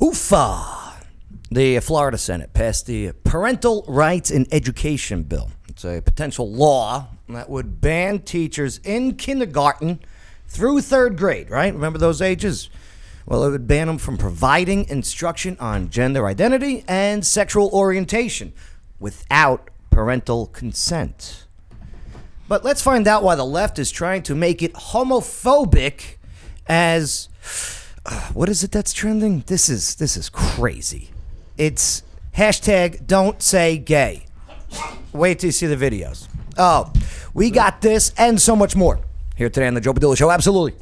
FUFA, the Florida Senate, passed the Parental Rights in Education Bill. It's a potential law that would ban teachers in kindergarten through third grade, right? Remember those ages? Well, it would ban them from providing instruction on gender identity and sexual orientation without parental consent. But let's find out why the left is trying to make it homophobic as what is it that's trending? This is this is crazy. It's hashtag don't say gay. Wait till you see the videos. Oh, we got this and so much more here today on the Joe Padilla Show. Absolutely.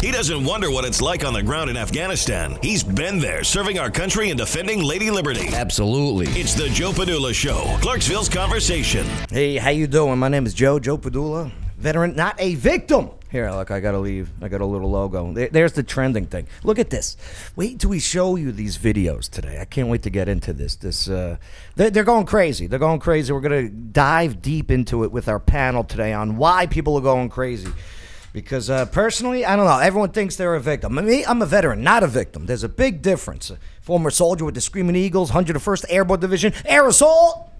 He doesn't wonder what it's like on the ground in Afghanistan. He's been there, serving our country and defending Lady Liberty. Absolutely. It's the Joe Padula Show, Clarksville's conversation. Hey, how you doing? My name is Joe Joe Padula, veteran, not a victim. Here, look, I gotta leave. I got a little logo. There- There's the trending thing. Look at this. Wait till we show you these videos today. I can't wait to get into this. This uh, they're, they're going crazy. They're going crazy. We're gonna dive deep into it with our panel today on why people are going crazy. Because uh, personally, I don't know. Everyone thinks they're a victim. Me, I'm a veteran, not a victim. There's a big difference. Former soldier with the Screaming Eagles, 101st Airborne Division, Air Assault.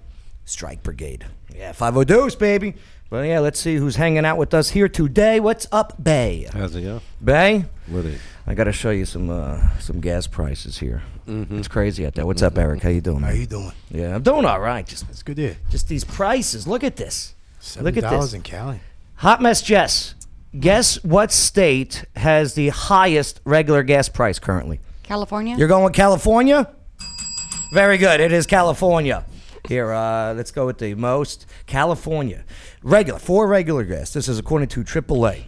Strike Brigade. Yeah, 50 Deuce, baby. Well, yeah, let's see who's hanging out with us here today. What's up, Bay? How's it go? Bay? With it. I got to show you some uh, some gas prices here. Mm-hmm. It's crazy out there. What's up, Eric? How you doing? How man? you doing? Yeah, I'm doing all right. Just It's good to just these prices. Look at this. hear. Look at dollars this. in Cali. Hot mess, Jess. Guess what state has the highest regular gas price currently? California? You're going with California? Very good. It is California. Here, uh, let's go with the most. California. Regular, four regular gas. This is according to AAA.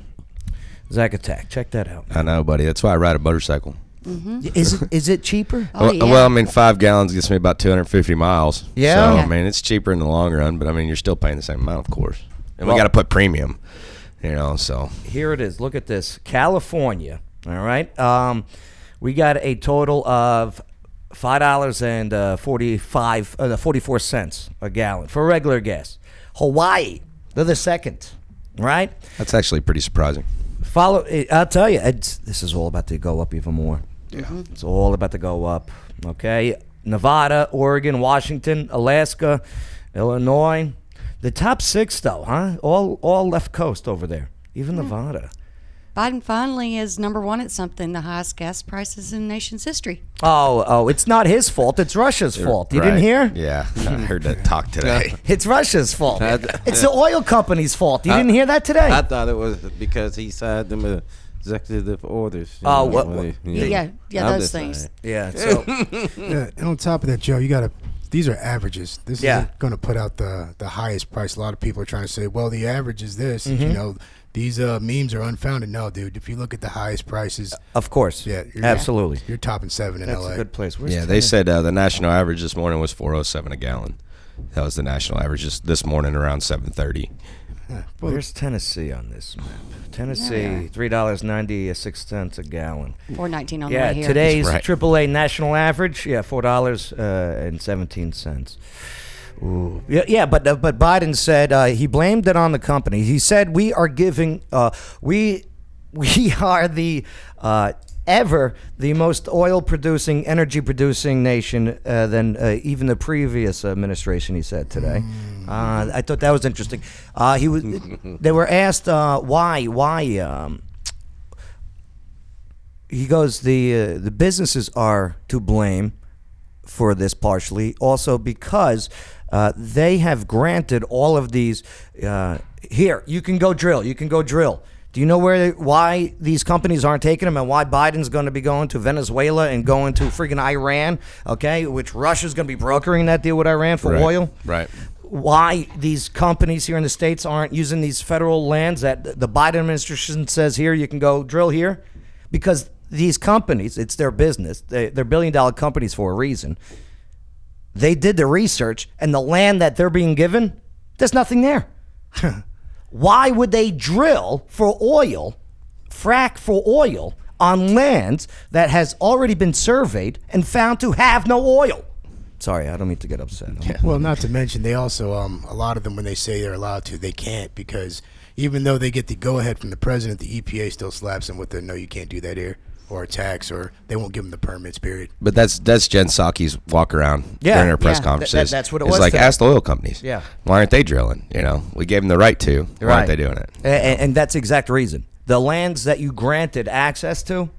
Zach Attack. Check that out. I know, buddy. That's why I ride a motorcycle. Mm-hmm. Is it, is it cheaper? oh, well, yeah. well, I mean, five gallons gets me about 250 miles. Yeah. So, Yeah. I mean, it's cheaper in the long run, but I mean, you're still paying the same amount, of course. And we got to put premium, you know, so. Here it is. Look at this. California. All right. Um, we got a total of five dollars and uh, forty-five, uh, forty-four cents a gallon for regular gas. Hawaii, they're the second. Right. That's actually pretty surprising. Follow. eh, I'll tell you. It's, this is all about to go up even more. Yeah. It's all about to go up. Okay. Nevada, Oregon, Washington, Alaska, Illinois. The top six, though, huh? All all left coast over there. Even Nevada. Biden finally is number one at something, the highest gas prices in the nation's history. Oh, oh, it's not his fault. It's Russia's fault. You didn't Right. hear? Yeah. I heard that talk today. It's Russia's fault. I- it's the oil company's fault. You I- didn't hear that today? I thought it was because he signed them uh, executive orders. you Oh, know, what- when what- they- Yeah, yeah, I'm those just things. saying. yeah. So Mm. Yeah, and on top of that, Joe, you got to. These are averages. This Yeah. isn't going to put out the the highest price. A lot of people are trying to say, well, the average is this. Mm-hmm. You know, these uh, memes are unfounded. No, dude. If you look at the highest prices, of course. yeah, you're, Absolutely. you're topping seven in That's L.A. a good place. Where's yeah, the- they said uh, the national average this morning was 407 a gallon. That was the national average just this morning around 730. Where's Tennessee on this map? Tennessee, three dollars ninety six cents a gallon. Four nineteen on the Yeah, way here. today's Right. AAA national average, yeah, four dollars uh, and seventeen cents. Ooh. Yeah, yeah, but uh, but Biden said uh, he blamed it on the company. He said we are giving, uh, we we are the uh, ever the most oil producing, energy producing nation uh, than uh, even the previous administration. He said today. Uh, I thought that was interesting. Uh, he was. they were asked uh, why why. Um, he goes the uh, the businesses are to blame for this partially also because uh, they have granted all of these uh, here you can go drill you can go drill do you know where why these companies aren't taking them and why Biden's going to be going to Venezuela and going to freaking Iran okay which Russia's going to be brokering that deal with Iran for Right. oil Right. why these companies here in the states aren't using these federal lands that the Biden administration says here you can go drill here because these companies it's their business they, they're billion dollar companies for a reason they did the research and the land that they're being given there's nothing there why would they drill for oil frack for oil on lands that has already been surveyed and found to have no oil sorry i don't mean to get upset Well, not to mention they also um, a lot of them when they say they're allowed to, they can't E because even though they get the go ahead from the president, the EPA still slaps them with the no, you can't do that here. or a tax or they won't give them the permits. Period. But that's that's Jen Psaki's walk around Yeah, during her press yeah. Th- that- conferences. that's what it it's was like. today. Ask the oil companies. Yeah. Why aren't they drilling? You know, we gave them the right to. Why aren't they doing it? A- a- And, that's the exact reason. The lands that you granted access to,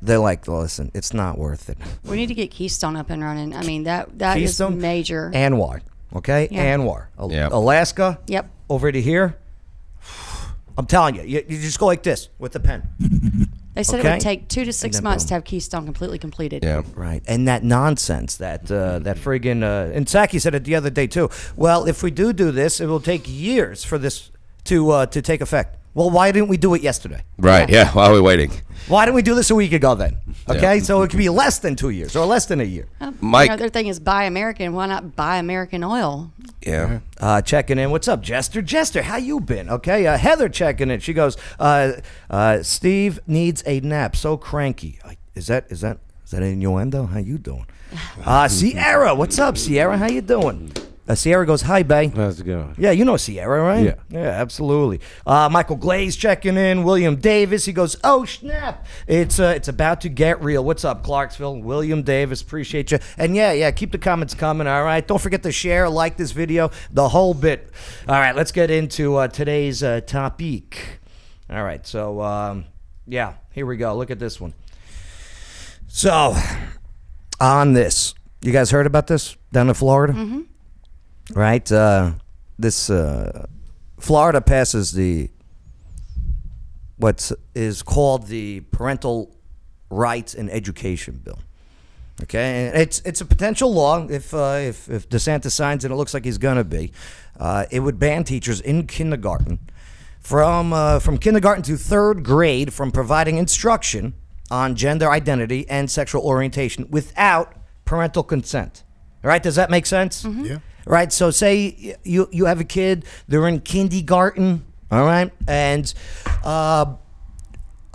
they're like, listen, it's not worth it. We need to get Keystone up and running. I mean that that is Keystone, major. Anwar, okay? Yeah. Anwar. Al- Yeah. Alaska. Yep. Over to here. I'm telling you, you, you just go like this with the pen. they said it okay. would take two to six then months boom. to have Keystone completely completed. Yeah. Right, and that nonsense that uh, that friggin' uh, and Saki said it the other day too. Well, if we do do this, it will take years for this to uh, to take effect. Well, why didn't we do it yesterday? Right. Yeah. Why are we waiting? Why didn't we do this a week ago then? Okay, so it could be less than two years or less than a year. Mike. Uh, You know, their thing is buy American. Why not buy American oil? yeah. Uh, checking in. What's up, Jester? Jester, how you been? Okay, uh, Heather checking in. She goes, uh, uh, Steve needs a nap. So cranky. I, is that is that is that an innuendo? How you doing? Uh, Sierra, what's up, Sierra? How you doing? Uh, Sierra goes, hi, bae. How's it going? Yeah, you know Sierra, right? Yeah. Yeah, absolutely. Uh, Michael Glaze checking in. William Davis. He goes, oh snap! It's uh, it's about to get real. What's up, Clarksville? William Davis, appreciate you. And yeah, yeah, keep the comments coming. All right, don't forget to share, like this video, the whole bit. All right, let's get into uh, today's uh, topic. All right, so um, yeah, here we go. Look at this one. So, on this, you guys heard about this down in Florida? right? Uh, this uh, Florida passes the what is called the Parental Rights and Education Bill. Okay, and it's it's a potential law if uh, if if DeSantis signs and it looks like he's gonna be, uh, it would ban teachers in kindergarten from uh, from kindergarten to third grade from providing instruction on gender identity and sexual orientation without parental consent. All right, does that make sense? Yeah. right? So say y- you you have a kid, they're in kindergarten, all right, and uh,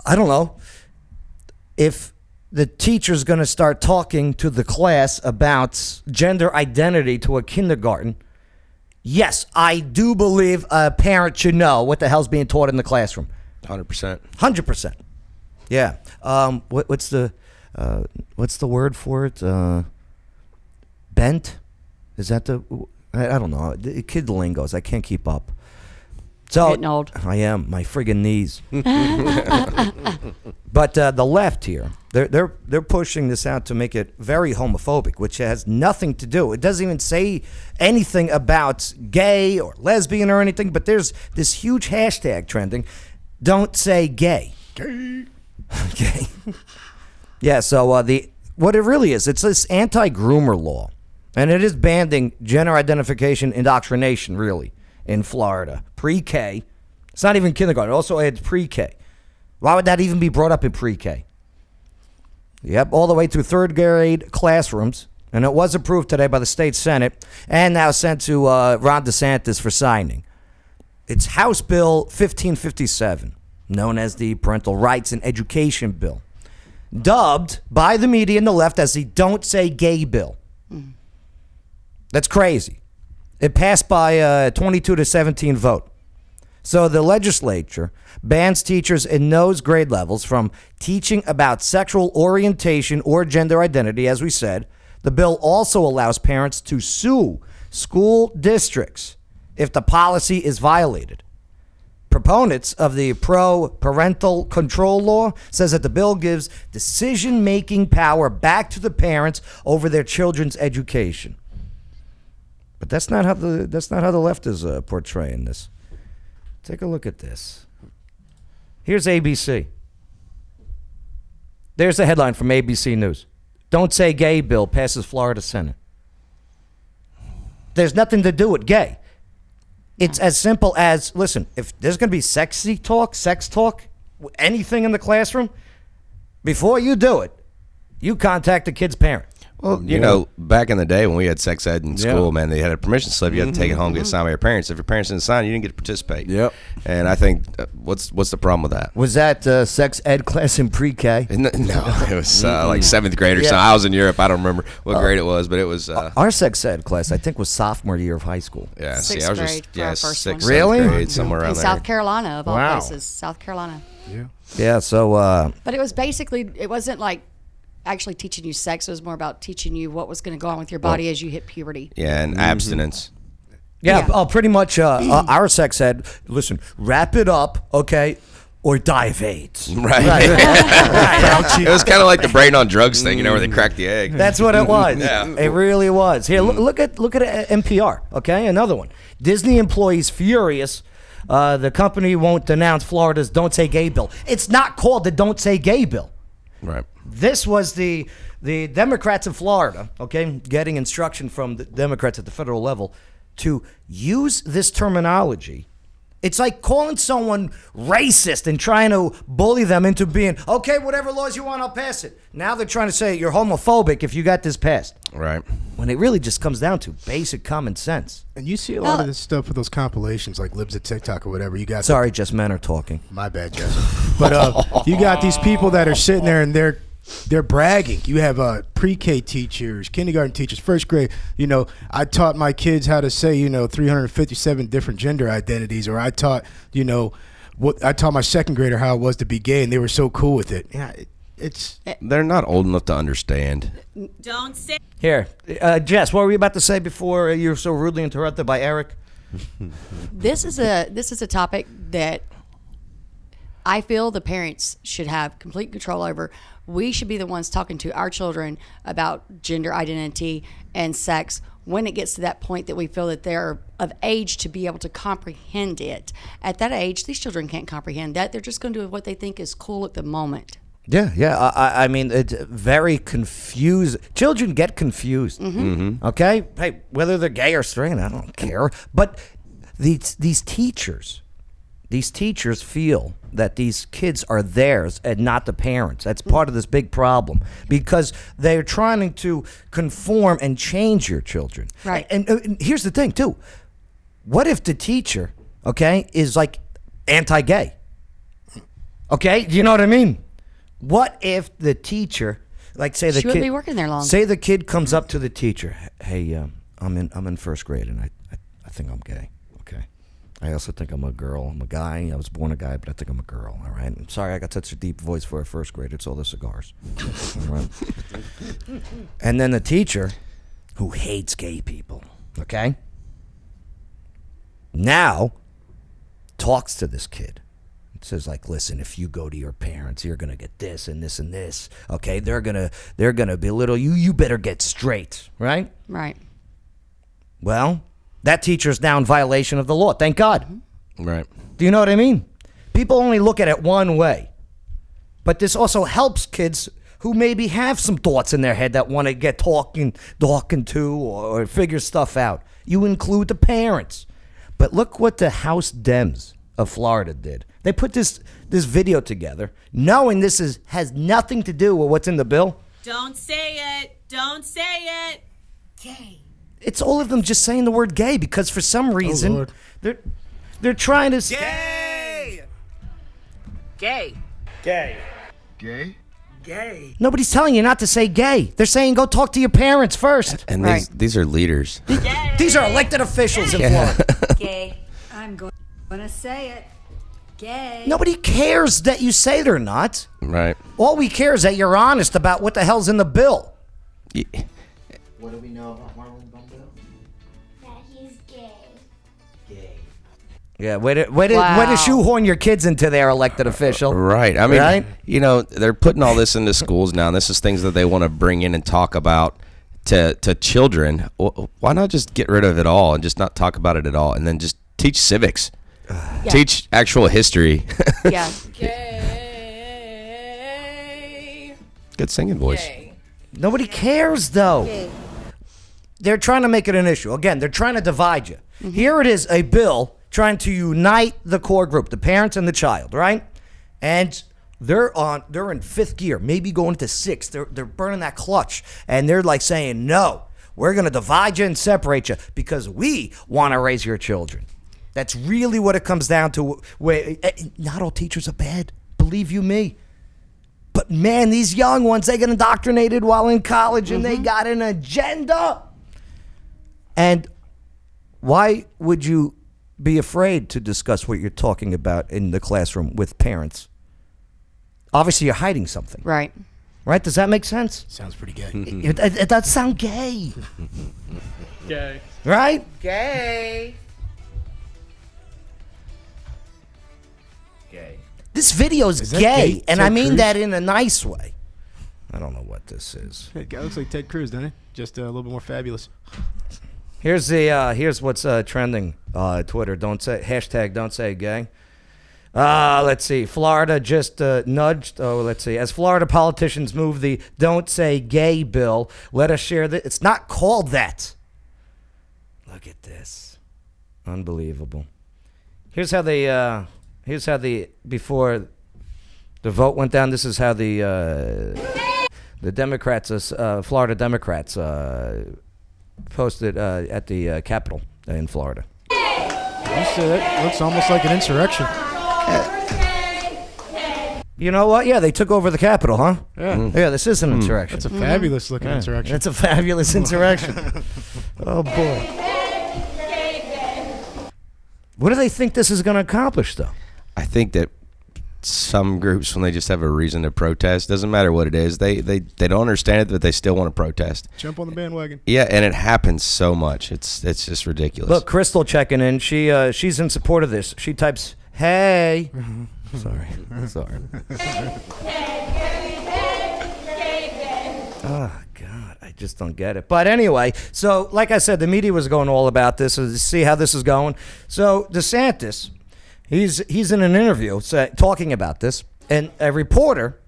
I don't know if the teacher's going to start talking to the class about gender identity to a kindergarten. Yes, I do believe a parent should know what the hell's being taught in the classroom. Hundred percent. Hundred percent. Yeah. Um, what, what's the uh, what's the word for it? Uh, bent? Is that the? I, I don't know. The kid lingos. I can't keep up. So Getting old. I am. My friggin' knees. but uh, the left here, they're they're they're pushing this out to make it very homophobic, which has nothing to do. It doesn't even say anything about gay or lesbian or anything. But there's this huge hashtag trending. Don't say gay. Okay. yeah. So uh, the what it really is, it's this anti-groomer law, and it is banning gender identification indoctrination, really, in Florida, pre-K. It's not even kindergarten. It also adds pre-K. Why would that even be brought up in pre-K? Yep, all the way through third grade classrooms. And it was approved today by the state Senate and now sent to uh, Ron DeSantis for signing. It's House Bill 1557, known as the Parental Rights and Education Bill, dubbed by the media and the left as the Don't Say Gay Bill. That's crazy. It passed by a 22 to 17 vote. So the legislature bans teachers in those grade levels from teaching about sexual orientation or gender identity, as we said. The bill also allows parents to sue school districts if the policy is violated. Proponents of the pro parental control law says that the bill gives decision making power back to the parents over their children's education. But that's not how the that's not how the left is uh, portraying this. Take a look at this. Here's ABC. There's the headline from ABC News. Don't say gay bill passes Florida Senate. There's nothing to do with gay. It's as simple as listen, if there's going to be sexy talk, sex talk, w- anything in the classroom, before you do it, you contact the kid's parent. Well, you know, back in the day when we had sex ed in Yeah. school, man, they had a permission slip. You had to take it home, Mm-hmm. get signed by your parents. If your parents didn't sign, you didn't get to participate. Yep. And I think, uh, what's what's the problem with that? Was that uh, sex ed class in pre K? No, it was uh, like seventh grade or something. I was in Europe. I don't remember what grade it was, but it was. Uh, Our sex ed class, I think, was sophomore year of high school. yeah, see, Sixth I was grade just for yeah, our first sixth, one. seventh Really? grade, somewhere In around there. South Carolina, of all Wow. places, South Carolina. Yeah. Yeah, so uh, But it was basically, it wasn't like actually teaching you sex. It was more about teaching you what was going to go on with your body as you hit puberty. Yeah, Mm-hmm. and abstinence. yeah, Yeah. Oh, pretty much uh, uh, our sex said, listen, wrap it up, okay, or die of AIDS. Right. It was kind of like the brain on drugs thing, you know, where they crack the egg. That's what it was. Hmm. Yeah. It really was. Here, look, look at look at uh, NPR. Okay, another one. Disney employees furious. Uh, the company won't denounce Florida's "Don't Say Gay" bill. It's not called the "Don't Say Gay" bill. right. This was the the Democrats in Florida. Okay, getting instruction from the Democrats at the federal level to use this terminology. It's like calling someone racist and trying to bully them into being okay. Whatever laws you want, I'll pass it. Now they're trying to say you're homophobic if you got this passed Right. when it really just comes down to basic common sense. And you see a lot Well- of this stuff with those compilations, like Libs of TikTok or whatever. You got the Sorry, just men are talking. My bad, Jesse. But uh, you got these people that are sitting there and they're they're bragging. You have uh, pre-K teachers, kindergarten teachers, first grade. You know, I taught my kids how to say you know 357 different gender identities, or I taught you know what I taught my second grader how it was to be gay, and they were so cool with it. Yeah, it, it's They're not old enough to understand. Don't say Here, uh, Jess, what were you about to say before you were so rudely interrupted by Eric? This is a this is a topic that I feel the parents should have complete control over. We should be the ones talking to our children about gender identity and sex when it gets to that point that we feel that they're of age to be able to comprehend it. At that age, these children can't comprehend that. They're just going to do what they think is cool at the moment. Yeah, yeah. I, I- I mean, it's very confused. Children get confused. Okay, hey, whether they're gay or straight, I don't care. But these these teachers, these teachers feel that these kids are theirs and not the parents. That's part of this big problem because they're trying to conform and change your children. Right. And, and, and here's the thing too: what if the teacher, okay, is like anti-gay? Okay, do you know what I mean? What if the teacher, like say the She kid, wouldn't be working there long. Mm-hmm. Say the kid comes up to the teacher, "Hey, um, I'm in I'm in first grade, and I, I I think I'm gay. Okay, I also think I'm a girl. I'm a guy. I was born a guy, but I think I'm a girl. All right. I'm sorry, I got such a deep voice for a first grade. It's all the cigars. all right. And then the teacher, who hates gay people, okay, now talks to this kid says like listen if you go to your parents you're gonna get this and this and this okay they're gonna they're gonna belittle you you better get straight right Right. well that teacher's now in violation of the law thank god Right. do you know what i mean people only look at it one way but this also helps kids who maybe have some thoughts in their head that want to get talking talking to or, or figure stuff out you include the parents but look what the house dems of florida did they put this this video together knowing this is has nothing to do with what's in the bill Don't say it. Don't say it. Gay. it's all of them just saying the word gay because for some reason Lord. they're they're trying to s- Gay! Gay. nobody's telling you not to say gay they're saying go talk to your parents first And these, Right. these are leaders. these are elected officials in florida gay. I'm going to say it. Gay. Nobody cares that you say it or not. right. All we care is that you're honest about what the hell's in the bill. Y- What do we know about Marlon Brando? That he's gay. Yeah, way to, way to, Wow. way to shoehorn your kids into their elected official. Right. I mean, Right? you know, they're putting all this into schools now. And this is things that they want to bring in and talk about to, to children. Wh- Why not just get rid of it all and just not talk about it at all and then just teach civics? Teach actual history. Yeah. Good singing voice. Nobody cares, though. They're trying to make it an issue. Again, they're trying to divide you. Here it is a bill trying to unite the core group, the parents and the child, right? And they're on they're in fifth gear, maybe going to sixth. They're they're burning that clutch. And they're like saying, No, we're gonna divide you and separate you because we wanna raise your children. That's really what it comes down to. Where eh, not all teachers are bad, believe you me. But man, these young ones, they get indoctrinated while in college and they got an agenda. And why would you be afraid to discuss what you're talking about in the classroom with parents obviously you're hiding something. Right. Right? Does that make sense? Sounds pretty gay. It, it, it does sound gay. Gay. Right? Gay. Gay. This video is, Is that gay, gay, and Ted I mean Cruz? that in a nice way. I don't know what this is. That guy looks like Ted Cruz, doesn't he? Just a little bit more fabulous. Here's the uh, here's what's uh, trending uh, Twitter. Don't say hashtag. Don't say gay. Uh, let's see. Florida just uh, nudged. Oh, let's see. As Florida politicians move the "Don't Say Gay" bill, let us share that it's not called that. Look at this, unbelievable. Here's how they. Uh, here's how the before the vote went down. This is how the uh, the Democrats, uh, Florida Democrats, uh, posted uh, at the uh, Capitol in Florida. You said it looks almost like an insurrection. You know what? Yeah, they took over the Capitol, huh? Yeah. Yeah, this is an insurrection. It's a fabulous looking insurrection. That's a fabulous insurrection. oh boy. What do they think this is going to accomplish, though? I think that some groups, when they just have a reason to protest, doesn't matter what it is, they they, they don't understand it, but they still want to protest. Jump on the bandwagon. Yeah, and it happens so much. It's it's just ridiculous. Look, Crystal checking in. She uh, she's in support of this. She types, "Hey." Sorry. Sorry. Oh God, I just don't get it. But anyway, so like I said, the media was going all about this. So to see how this is going. So DeSantis, he's he's in an interview sa talking about this, and a reporter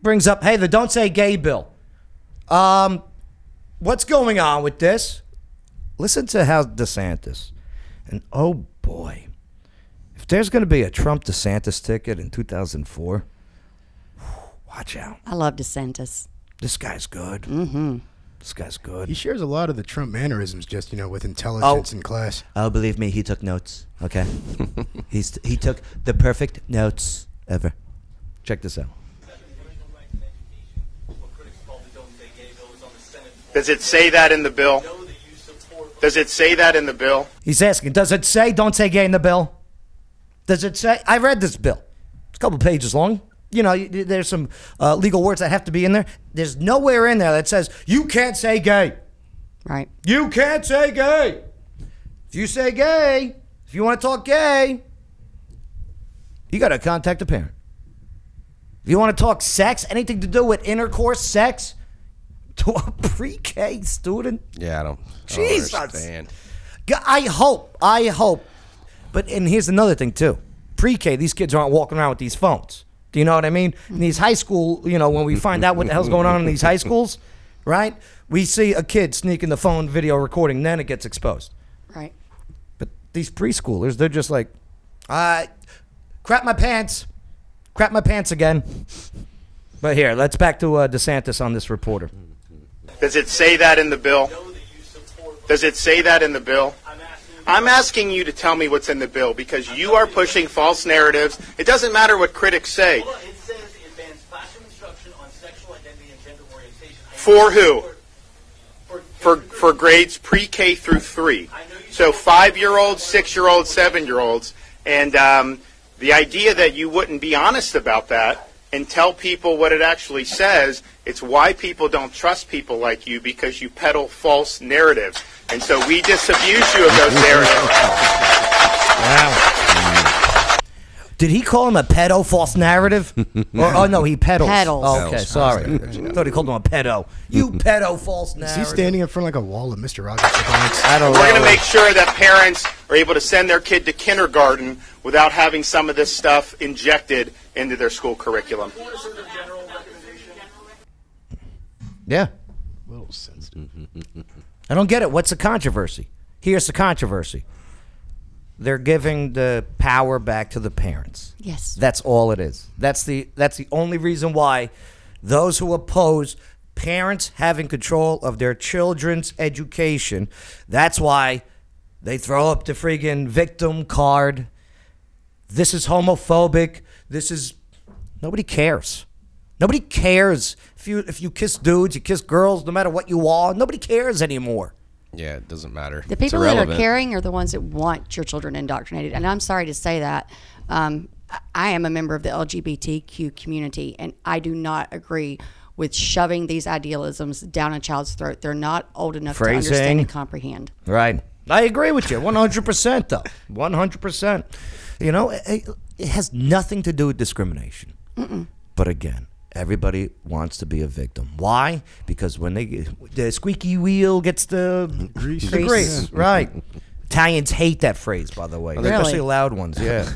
brings up, "Hey, the don't say gay bill. Um, what's going on with this? Listen to how DeSantis, and oh boy, if there's going to be a Trump DeSantis ticket in 2004, watch out. I love DeSantis. This guy's good. Mm-hmm. This guy's He good. shares a lot of the Trump mannerisms, just you know, with intelligence Oh. and class. Oh, believe me, he took notes. Okay, he's he took the perfect notes ever. Check this out. Does it say that in the bill? Does it say that in the bill? He's asking, does it say don't say gay in the bill? Does it say? I read this bill. It's a couple pages long. You know, you- there's some uh, legal words that have to be in there. There's nowhere in there that says you can't say gay. Right. You can't say gay. If you say gay, if you want to talk gay, you got to contact a parent. If you want to talk sex, anything to do with intercourse, sex, to a pre-K student, yeah, I don't. I don't Jesus. understand. G- I hope, I hope. But and here's another thing too. Pre-K, these kids aren't walking around with these phones. Do you know what I mean? In these high school, you know, when we find out what the hell's going on in these high schools, right? We see a kid sneaking the phone video recording, then it gets exposed. Right. But these preschoolers, they're just like, uh, crap my pants, crap my pants again. But here, let's back to uh, DeSantis on this reporter. Does it say that in the bill? Does it say that in the bill? I'm asking you to tell me what's in the bill because you are pushing false narratives. It doesn't matter what critics say. it says advanced classroom instruction on sexual identity and gender orientation. For who? For, for grades pre K through three. So five year olds, six year olds, seven year olds. And um, the idea that you wouldn't be honest about that and tell people what it actually says, it's why people don't trust people like you because you peddle false narratives. And so we disabuse you of those narratives. Did he call him a pedo false narrative? or, oh, no, he peddles. Peddles. Oh, okay, Peddles. sorry. I thought he called him a pedo. You pedo false Is narrative. he standing in front of like a wall of Mr. Rogers? with the mics? I don't We're going know. to make sure that parents are able to send their kid to kindergarten without having some of this stuff injected into their school curriculum. yeah. little sensitive. I don't get it. What's the controversy? Here's the controversy. They're giving the power back to the parents. Yes. That's all it is. That's the that's the only reason why those who oppose parents having control of their children's education, that's why they throw up the friggin' victim card. This is homophobic. This is nobody cares. Nobody cares if you if you kiss dudes, you kiss girls, no matter what you are. Nobody cares anymore. Yeah, it doesn't matter. The people that are caring are the ones that want your children indoctrinated. And I'm sorry to say that. Um, I am a member of the LGBTQ community, and I do not agree with shoving these idealisms down a child's throat. They're not old enough to understand Phrasing. and comprehend. Right. I agree with you 100% though. 100%. You know, it, it has nothing to do with discrimination. Mm-mm. But again, everybody wants to be a victim. Why? Because when they get- the squeaky wheel gets the grease, the Grease. grease. Yeah. right? Italians hate that phrase, by the way, Really? especially loud ones. Yeah.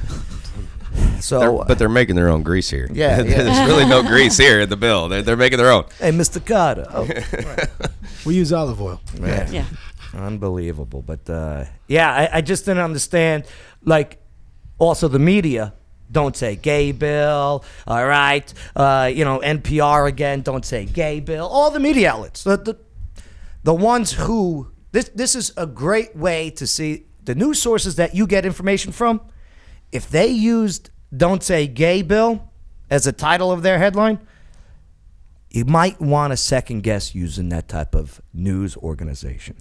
so, They're- but they're making their own grease here. Yeah, yeah. there's really no grease here in the bill. They're, they're making their own. hey, Mr. Carter. Oh. We use olive oil. Man. Yeah. Unbelievable. But uh, yeah, I, I just didn't understand. Like, also the media don't say gay bill. All right. Uh, you know, NPR again, don't say gay bill. All the media outlets. The, the, the ones who, this, this is a great way to see the news sources that you get information from. If they used don't say gay bill as a title of their headline, you might want to second guess using that type of news organization.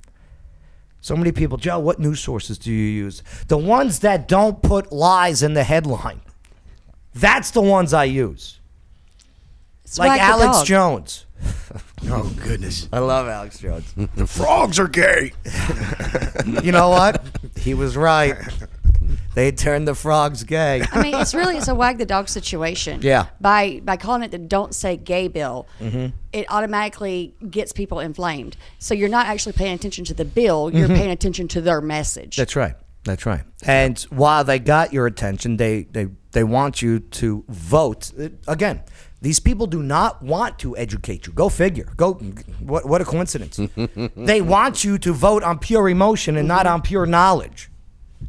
So many people, Joe, what news sources do you use? The ones that don't put lies in the headline. That's the ones I use. It's like like a Alex dog. Jones. Oh goodness. I love Alex Jones. The frogs are gay. you know what? He was right. They turned the frogs gay. I mean, it's really it's a wag the dog situation. Yeah. By by calling it the don't say gay bill, Mhm. it automatically gets people inflamed. So you're not actually paying attention to the bill. You're Mhm. paying attention to their message. That's right. That's right. And while they got your attention, they they they want you to vote. Uh, Again, these people do not want to educate you. Go figure. Go. What what a coincidence. they want you to vote on pure emotion and not on pure knowledge.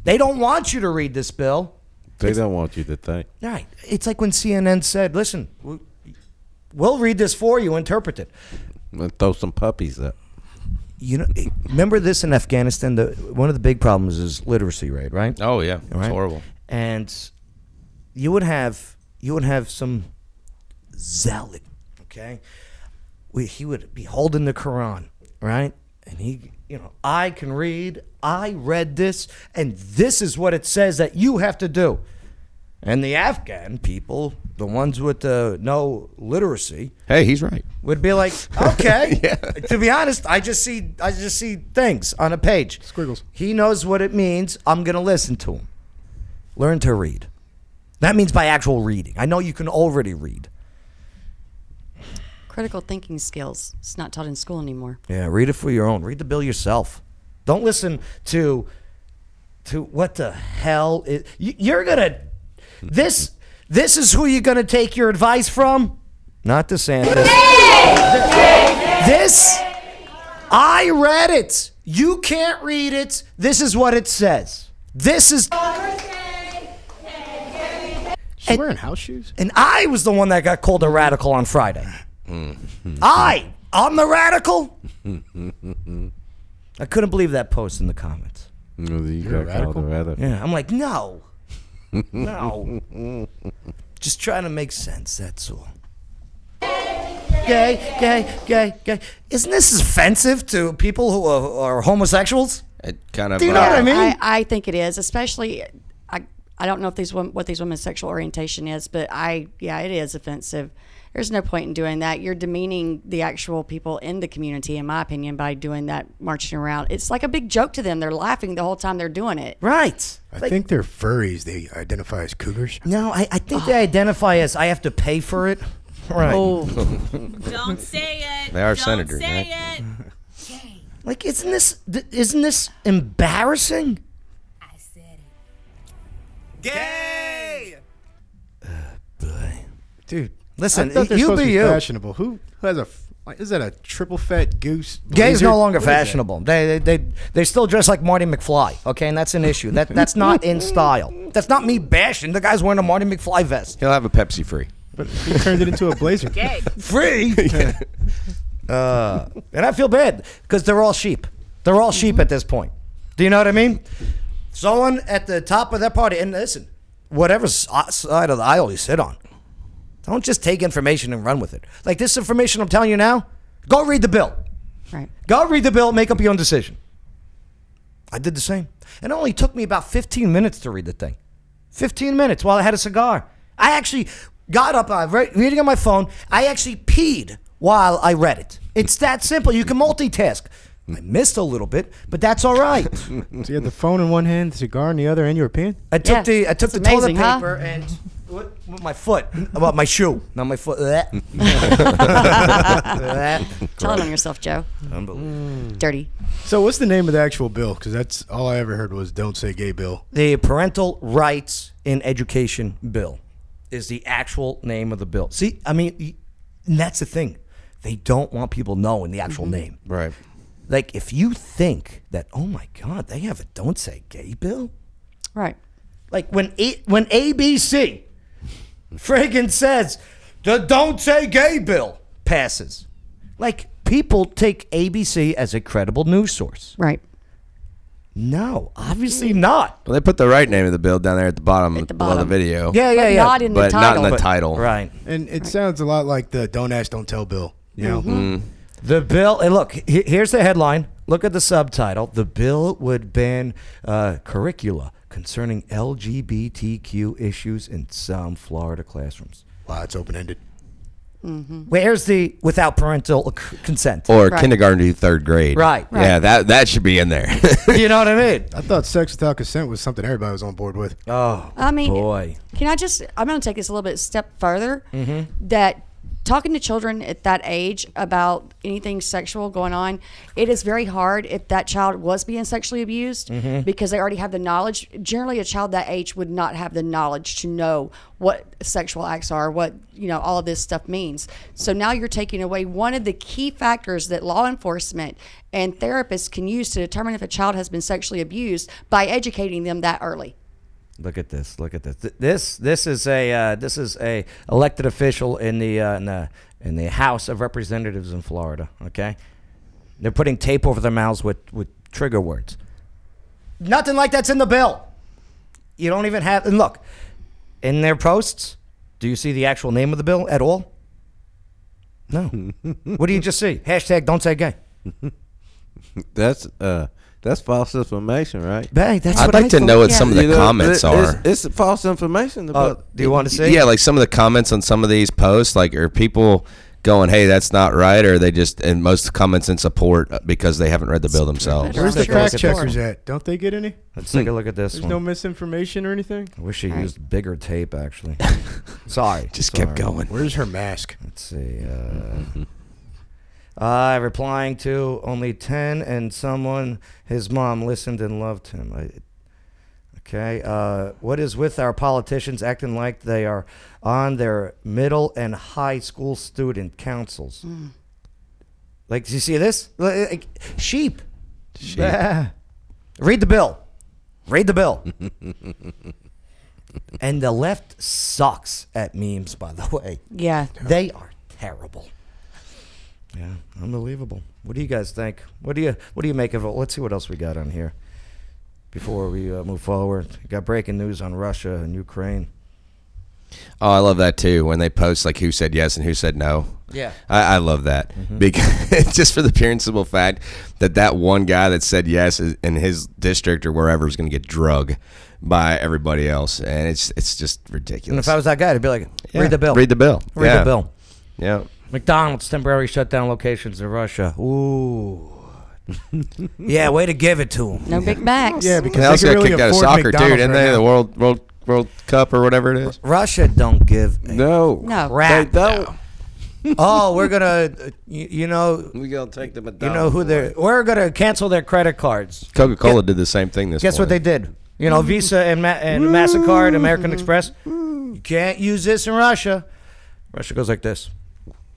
They don't want you to read this bill. They don't want you to think. Right. It's like when CNN said, "Listen, we- we'll read this for you, interpret it." And throw some puppies up. You know, remember this in Afghanistan. The one of the big problems is literacy rate, right? Oh yeah, it's Right? horrible. And you would have you would have some zealot, okay? We, he would be holding the Quran, right? And he, you know, I can read. I read this, and this is what it says that you have to do. And the Afghan people, the ones with uh, no literacy, Hey, he's right. would be like, okay. To be honest, I just see I just see things on a page. Squiggles. He knows what it means. I'm gonna listen to him. Learn to read. That means by actual reading. I know you can already read. Critical thinking skills. It's not taught in school anymore. Yeah, read it for your own. Read the bill yourself. Don't listen to to what the hell is you, you're gonna this this is who you're gonna take your advice from? Not DeSantis. This I read it. You can't read it. This is what it says. This is She's wearing house shoes. and I was the one that got called a radical on Friday. I I'm the radical. I couldn't believe that post in the comments. You're a Yeah, I'm like, no, no. Just trying to make sense. That's all. Gay, gay, gay, gay. Isn't this offensive to people who are, are homosexuals? It kind of. Do you know uh, what I mean? I, I think it is, especially. I I don't know if these wom- what these women's sexual orientation is, but I yeah, it is offensive. There's no point in doing that. You're demeaning the actual people in the community, in my opinion, by doing that marching around. It's like a big joke to them. They're laughing the whole time they're doing it. Right. I think they're furries. They identify as cougars. No, I, I think they identify as I have to pay for it. Right. Oh. Don't say it. They are Don't senators, Say it. Like, isn't this th- isn't this embarrassing? Gay! Dude, Listen, I thought they're you supposed be to be you. fashionable. Who, who has a? f- like, Is that a triple fat goose? Gay is blazer? no longer What is that? fashionable. They, they they they still dress like Marty McFly. Okay, and that's an issue. That that's not in style. That's not me bashing. The guy's wearing a Marty McFly vest. He'll have a Pepsi free. But he turned it into a blazer. Free. uh, and I feel bad because they're all sheep. They're all sheep at this point. Do you know what I mean? Someone at the top of that party, and listen, whatever s- uh, side of the aisle you sit on, don't just take information and run with it. Like this information I'm telling you now, go read the bill. Right. Go read the bill, make up your own decision. I did the same. It only took me about 15 minutes to read the thing. 15 minutes while I had a cigar. I actually got up, I re- reading on my phone. I actually peed while I read it. It's that simple. You can multitask. I missed a little bit, but that's all right. So you had the phone in one hand, the cigar in the other, and you were peeing? I took Yeah. the I took That's the amazing, toilet huh? paper and what, with my foot, about my shoe, not my foot. Tell it on yourself, Joe. Unbelievable. Dirty. So what's the name of the actual bill? Because that's all I ever heard was "Don't say gay bill." the Parental Rights in Education Bill is the actual name of the bill. See, I mean, y- and that's the thing. They don't want people knowing the actual Mm-hmm. name. Right. Like, if you think that, oh my God, they have a don't say gay bill. Right. Like, when, A when ABC friggin' says the don't say gay bill passes, like, people take ABC as a credible news source. Right. No, Mm. obviously not. Well, they put the right name of the bill down there at the bottom, of bottom. the video. Yeah, yeah, But yeah. not in the but not in title. the title. Right. And it sounds a lot like the "Don't ask, don't tell" bill. You know, The bill, and look, he- here's the headline. Look at the subtitle. The bill would ban uh, curricula concerning LGBTQ issues in some Florida classrooms. wow, it's open ended. Where's the without parental c- consent? Or Right. kindergarten to third grade. Right. Yeah, that that should be in there. you know what I mean? I thought sex without consent was something everybody was on board with. Oh, I mean, boy. Can I just? I'm going to take this a little bit step further. That talking to children at that age about anything sexual going on, it is very hard if that child was being sexually abused because they already have the knowledge. Generally, a child that age would not have the knowledge to know what sexual acts are, what you know, all of this stuff means. So now you're taking away one of the key factors that law enforcement and therapists can use to determine if a child has been sexually abused by educating them that early. Look at this. Look at this. Th- This this is a uh, this is a elected official in the uh, in the in the House of Representatives in Florida. Okay, they're putting tape over their mouths with with trigger words. Nothing like that's in the bill. You don't even have. And look, in their posts, do you see the actual name of the bill at all? No. what do you just see? Hashtag don't say gay. That's uh, that's false information, right? Hey, that's I'd what I like to thought. know what some of the You know, comments it- are. It's, it's false information about. Oh, do you want to see? Yeah, like some of the comments on some of these posts, like are people going, "Hey, that's not right," or are they just and most comments in support uh, because they haven't read the bill themselves. Where's the Sure, it's fact checkers important. at? Don't they get any? Let's take a look at this There's one. no misinformation or anything. I wish he used bigger tape, actually. Sorry. Just Sorry. kept going. Where's her mask? Let's see. Uh, uh, replying to only 10, and someone, his mom, listened and loved him. I, okay. Uh, what is with our politicians acting like they are on their middle and high school student councils? Like, do you see this? Like, sheep. Bah. Read the bill. Read the bill. and the left sucks at memes, by the way. Yeah. They are terrible. Yeah, unbelievable. What do you guys think? What do you What do you make of it? Let's see what else we got on here before we uh, move forward. We got breaking news on Russia and Ukraine. Oh, I love that too. When they post like who said yes and who said no. Yeah. I, I love that Mm-hmm. because just for the pure and simple fact that that one guy that said yes is, in his district or wherever is going to get drug by everybody else, and it's it's just And ridiculous. if I was that guy, I'd be like, read the bill. Read the bill. Read yeah. the bill. Yeah. McDonald's temporary shutdown locations in Russia. Ooh. yeah, way to give it to him. No big backs. Yeah, They because also they got can really kicked out of afford soccer, McDonald's dude, and right they now. the World World World Cup or whatever it is. Russia don't give. a- no, No. they Crap. don't. Oh, we're gonna, uh, you, you know, We gonna take them. you know who they're. We're gonna cancel their credit cards. Coca Cola did the same thing this. Guess what they did? You know, Visa and, Ma- and MasterCard, American Express. You can't use this in Russia. Russia goes like this.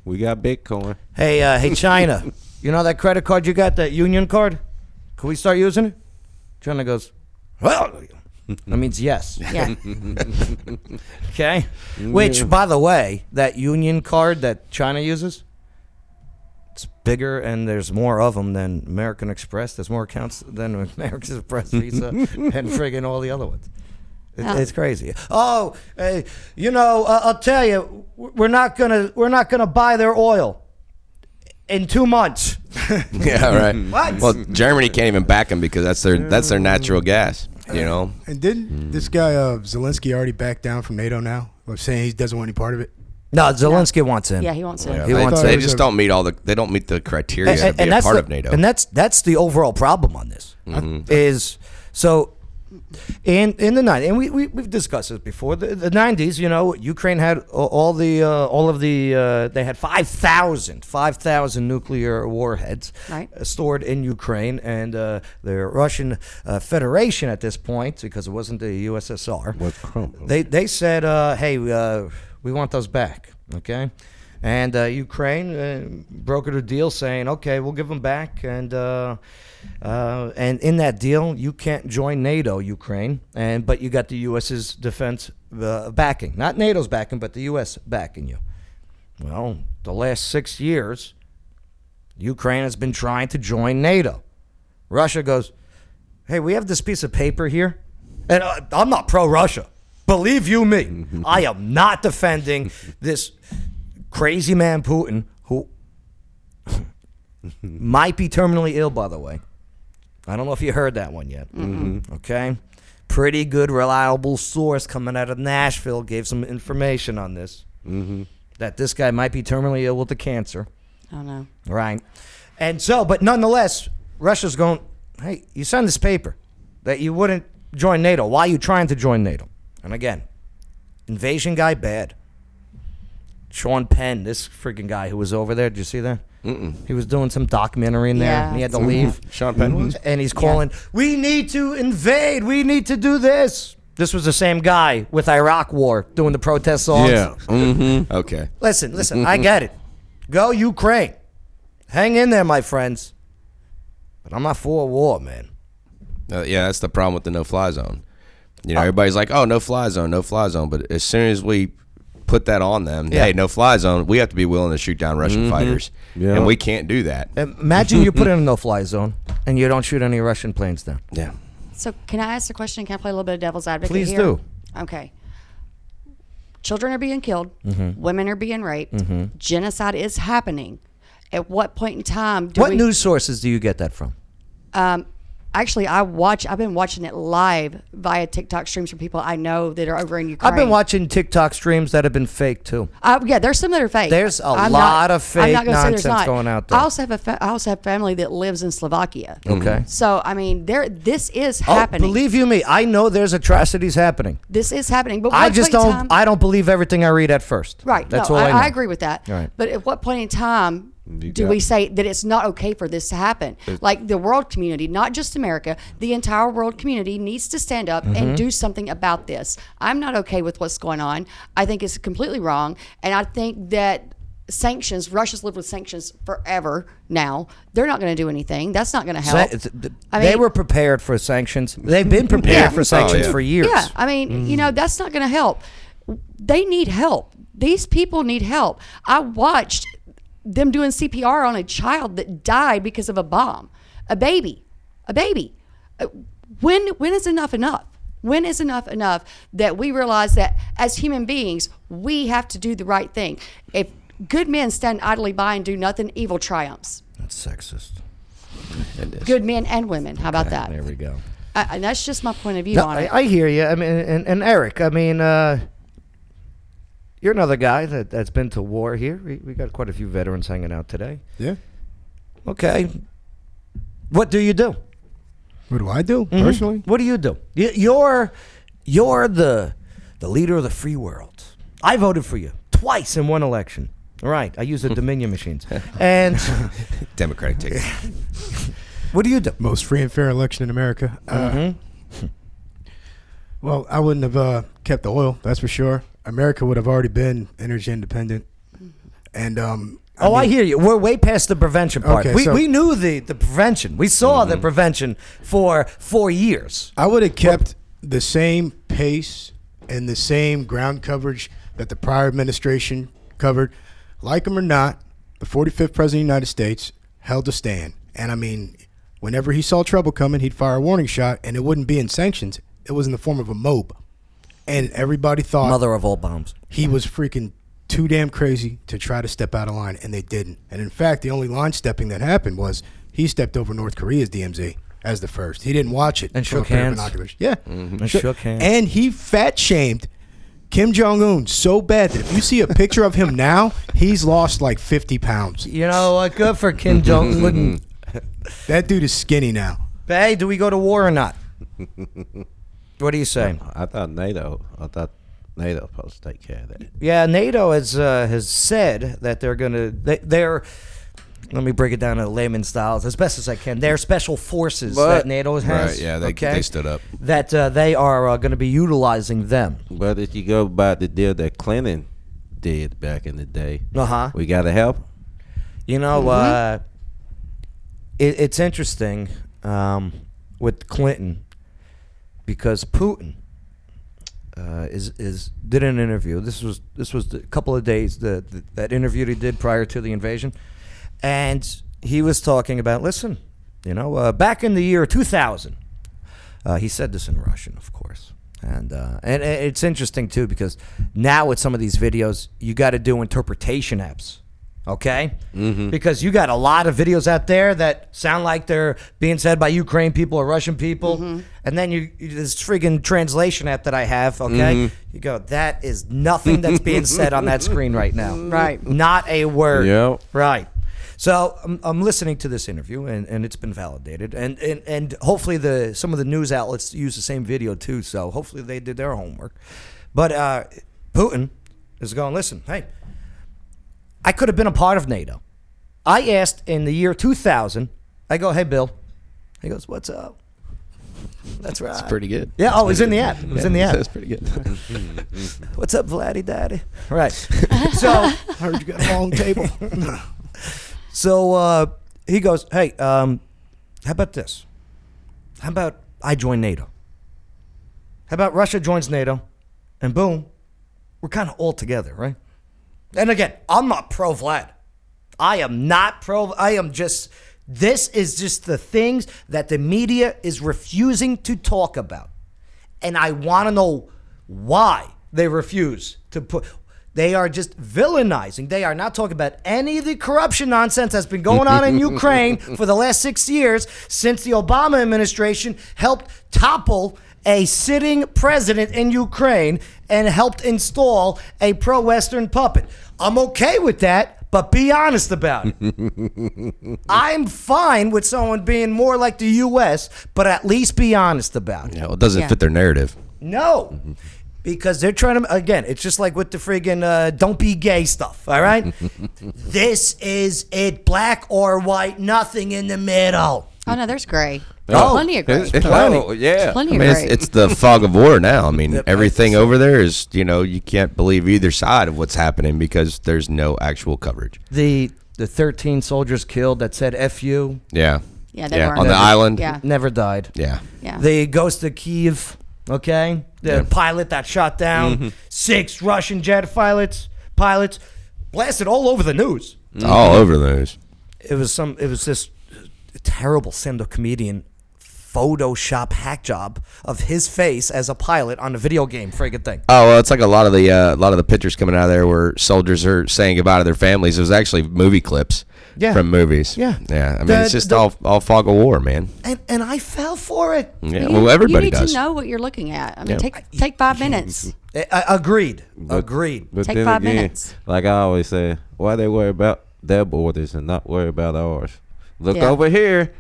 We got Bitcoin. Hey, uh, hey, China. you know that credit card you got, that Union card? Can we start using it? China goes, well, that means yes. Yeah. Okay. Mm. Which, by the way, that Union card that China uses, it's bigger and there's more of them than American Express. There's more accounts than American Express, Visa, and friggin' all the other ones. It, Yeah. It's crazy. Oh, uh, you know, uh, I'll tell you, w- we're not gonna we're not gonna buy their oil in two months. yeah, right. What? Mm. Well, Germany can't even back them because that's their that's their natural gas. You know, And didn't this guy uh, Zelensky already back down from NATO now? Like saying he doesn't want any part of it. No, Zelensky wants in. Yeah, he wants in. Yeah, He they, wants they in. just don't meet all the they don't meet the criteria And- to be and a that's part the- of NATO. Mm-hmm. And that's that's the overall problem on this uh, is so. In in the nineties, and we, we we've discussed this before. The, the nineties, you know, Ukraine had a- all the uh, all of the uh, they had 5,000 5,000 nuclear warheads Right. uh, stored in Ukraine, and uh, the Russian uh, Federation at this point, because it wasn't the USSR, What's crumbling? they they said, uh, "Hey, uh, we want those back." Okay, and uh, Ukraine uh, brokered a deal saying, "Okay, we'll give them back." And uh, uh, and in that deal, you can't join NATO, Ukraine, and but you got the U.S.'s defense uh, backing, not NATO's backing, but the U.S. backing you. Well, the last six years, Ukraine has been trying to join NATO. Russia goes, hey, we have this piece of paper here. And uh, I'm not pro Russia. Believe you me, I am not defending this crazy man Putin who might be terminally ill, by the way. I don't know if you heard that one yet. Okay. Pretty good, reliable source coming out of Nashville gave some information on this that this guy might be terminally ill with the cancer. I don't know. Right. And so, but nonetheless, Russia's going, hey, you signed this paper that you wouldn't join NATO. Why are you trying to join NATO? And again, invasion guy bad. Sean Penn, this freaking guy who was over there, did you see that? Mm-mm. He was doing some documentary in there. Yeah. and he had to leave. Mm-hmm. Mm-hmm. Sean Penn was. And he's calling, we need to invade. We need to do this. This was the same guy with Iraq war doing the protest songs. Yeah. Mm-hmm. Okay, Listen, listen, I get it. Go Ukraine. Hang in there, my friends. But I'm not for a war, man. Uh, yeah, that's the problem with the no fly zone. You Uh, know, everybody's like, "Oh, no fly zone, no fly zone," but as soon as we put that on them, Yeah. hey, no fly zone, we have to be willing to shoot down Russian fighters, Mm-hmm. Yeah. and we can't do that. Imagine you put in a no-fly zone and you don't shoot any Russian planes down. Yeah, So, can I ask a question? Can I play a little bit of devil's advocate? Please here? do. Okay. Children are being killed. Mm-hmm. Women are being raped. Genocide is happening. At what point in time do what we? news sources do you get that from? Um, actually, I watch. I've been watching it live via TikTok streams from people I know that are over in Ukraine. I've been watching TikTok streams that have been fake too. Uh, yeah, there's some that are fake. There's a I'm lot of I'm fake not gonna say there's nonsense not. going out there. I also have a fa- I also have family that lives in Slovakia. Mm-hmm. Okay. So I mean, there this is Oh, happening. believe you me, I know there's atrocities happening. this is happening. But I what just point in don't. time- I don't believe everything I read at first. Right. That's no, all I, I, know. I agree with that. Right. But at what point in time do got- we say that it's not okay for this to happen? Like the world community, not just America, the entire world community needs to stand up Mm-hmm. and do something about this. I'm not okay with what's going on. I think it's completely wrong. And I think that sanctions, Russia's lived with sanctions forever now. They're not going to do anything. That's not going to Sa- help. th- th- I they mean- were prepared for sanctions. They've been prepared Yeah. for sanctions Oh, yeah. for years. Yeah, I mean, you Mm. know, that's not going to help. They need help. These people need help. I watched them doing CPR on a child that died because of a bomb, a baby, a baby. Uh, When when is enough enough? When is enough enough that we realize that as human beings we have to do the right thing? If good men stand idly by and do nothing, evil triumphs. That's sexist. Good men and women. How about that? There we go. I, and that's just my point of view No, on I, it. I hear you. I mean, and, and Eric, I mean, uh, you're another guy that, that's been to war here. We, we got quite a few veterans hanging out today. Yeah. Okay. What do you do? Hmm? What do I do Mm-hmm. personally? What do you do? You- You're, you're the, the leader of the free world. I voted for you twice in one election. All right. I use the Hmm. Dominion machines. And Democratic ticket. what do you do? Most free and fair election in America. Uh, Mm-hmm. Well, I wouldn't have uh, kept the oil. That's for sure. America would have already been energy independent. And um, Oh, I hear you. We're way past the prevention part. Okay, we, so- Mm-hmm. we knew the, the prevention. We saw the prevention for four years. I would have kept the same pace and the same ground coverage that the prior administration covered. Like him or not, the 45th president of the United States held a stand. And I mean, whenever he saw trouble coming, he'd fire a warning shot, and it wouldn't be in sanctions. It was in the form of a mob. And everybody thought Mother of all bombs. he was freaking too damn crazy to try to step out of line, and they didn't. And in fact, the only line stepping that happened was he stepped over North Korea's DMZ. as the first. He didn't watch it. And from a shook pair of hands. Binoculars. Yeah. Mhm. And shook hands. And he fat shamed Kim Jong Un so bad that if you see a picture of him now, he's lost like 50 pounds. You know what? Good for Kim Jong Un. That dude is skinny now. hey, do we go to war or not? What do you say? Uh-huh. I thought NATO. I thought NATO was supposed to take care of that. Yeah, NATO has uh, has said that they're gonna they, they're. Let me break it down in layman styles as best as I can. They're special forces that But- NATO has. Right, yeah, they- they stood up. That uh, they are uh, going to be utilizing them. But if you go by the deal that Clinton did back in the day, Uh-huh. we gotta help. You know, uh, it, it's interesting um, with Clinton because Putin uh, is is did an interview. This was this was a couple of days the, the that interview that he did prior to the invasion, and he was talking about listen, you know, uh, back in the year two thousand, uh, he said this in Russian, of course. And, uh, and and it's interesting too because now with some of these videos, you got to do interpretation apps, okay? Because you got a lot of videos out there that sound like they're being said by Ukraine people or Russian people, and then you, you this friggin' translation app that I have, okay? Mhm. You go, that is nothing that's being said on that screen right now, Right. Not a word, Yep. Right. So I'm, I'm listening to this interview, and, and it's been validated, and, and and hopefully the some of the news outlets use the same video too. So hopefully they did their homework. But uh, Putin is going. Listen, hey, I could have been a part of NATO. I asked in the year 2000. I go, hey Bill. He goes, what's up? That's right. That's pretty good. Yeah. That's Oh, it's pretty in the good. app. It's Yeah, in the app. That's pretty good. What's up, Vladdy Daddy? Right. so I heard you got a long table. So uh, he goes, "Hey, um, how about this? How about I join NATO? How about Russia joins NATO, and boom, we're kind of all together, right?" And again, I'm not pro Vlad. I am not pro. I am just. This is just the things that the media is refusing to talk about, and I want to know why they refuse to put. They are just villainizing. They are not talking about any of the corruption nonsense that's been going on in Ukraine for the last six years since the Obama administration helped topple a sitting president in Ukraine and helped install a pro Western puppet. I'm okay with that, but be honest about it. I'm fine with someone being more like the U.S., but at least be honest about it. Yeah, well, it doesn't Yeah. fit their narrative. No. Because they're trying to, again, it's just like with the friggin' uh, don't be gay stuff, all right? this is it black or white, nothing in the middle. Oh no, there's gray. Oh, plenty of gray. It's- it's- oh, yeah. Plenty I of mean, it's, gray. it's the fog of war now. I mean, Yep, everything that's- over there is, you know, you can't believe either side of what's happening because there's no actual coverage. The the 13 soldiers killed that said F you Yeah. Yeah, they weren't. on the Yeah. island. Yeah. never died. Uh-huh. Yeah. yeah. The ghost of Kiev, okay? The pilot that shot down six Russian jet pilots, pilots blasted all over the news. All over the news. it was some it was this terrible pseudo comedian photoshop hack job of his face as a pilot on a video game friggin' thing Oh, well, it's like a lot of the uh, a lot of the pictures coming out of there where soldiers are saying goodbye to their families. It was actually movie clips Yeah. from movies. Yeah. yeah. I mean, The- it's just the- all all fog of war, man. and and i fell for it Mm. Yeah, You- well, everybody you need does. to know what you're looking at. I mean, Yeah. take take five minutes. I, I- agreed agreed But Take then five again, minutes. like I always say, why they worry about their borders and not worry about ours? Look Yeah. over here.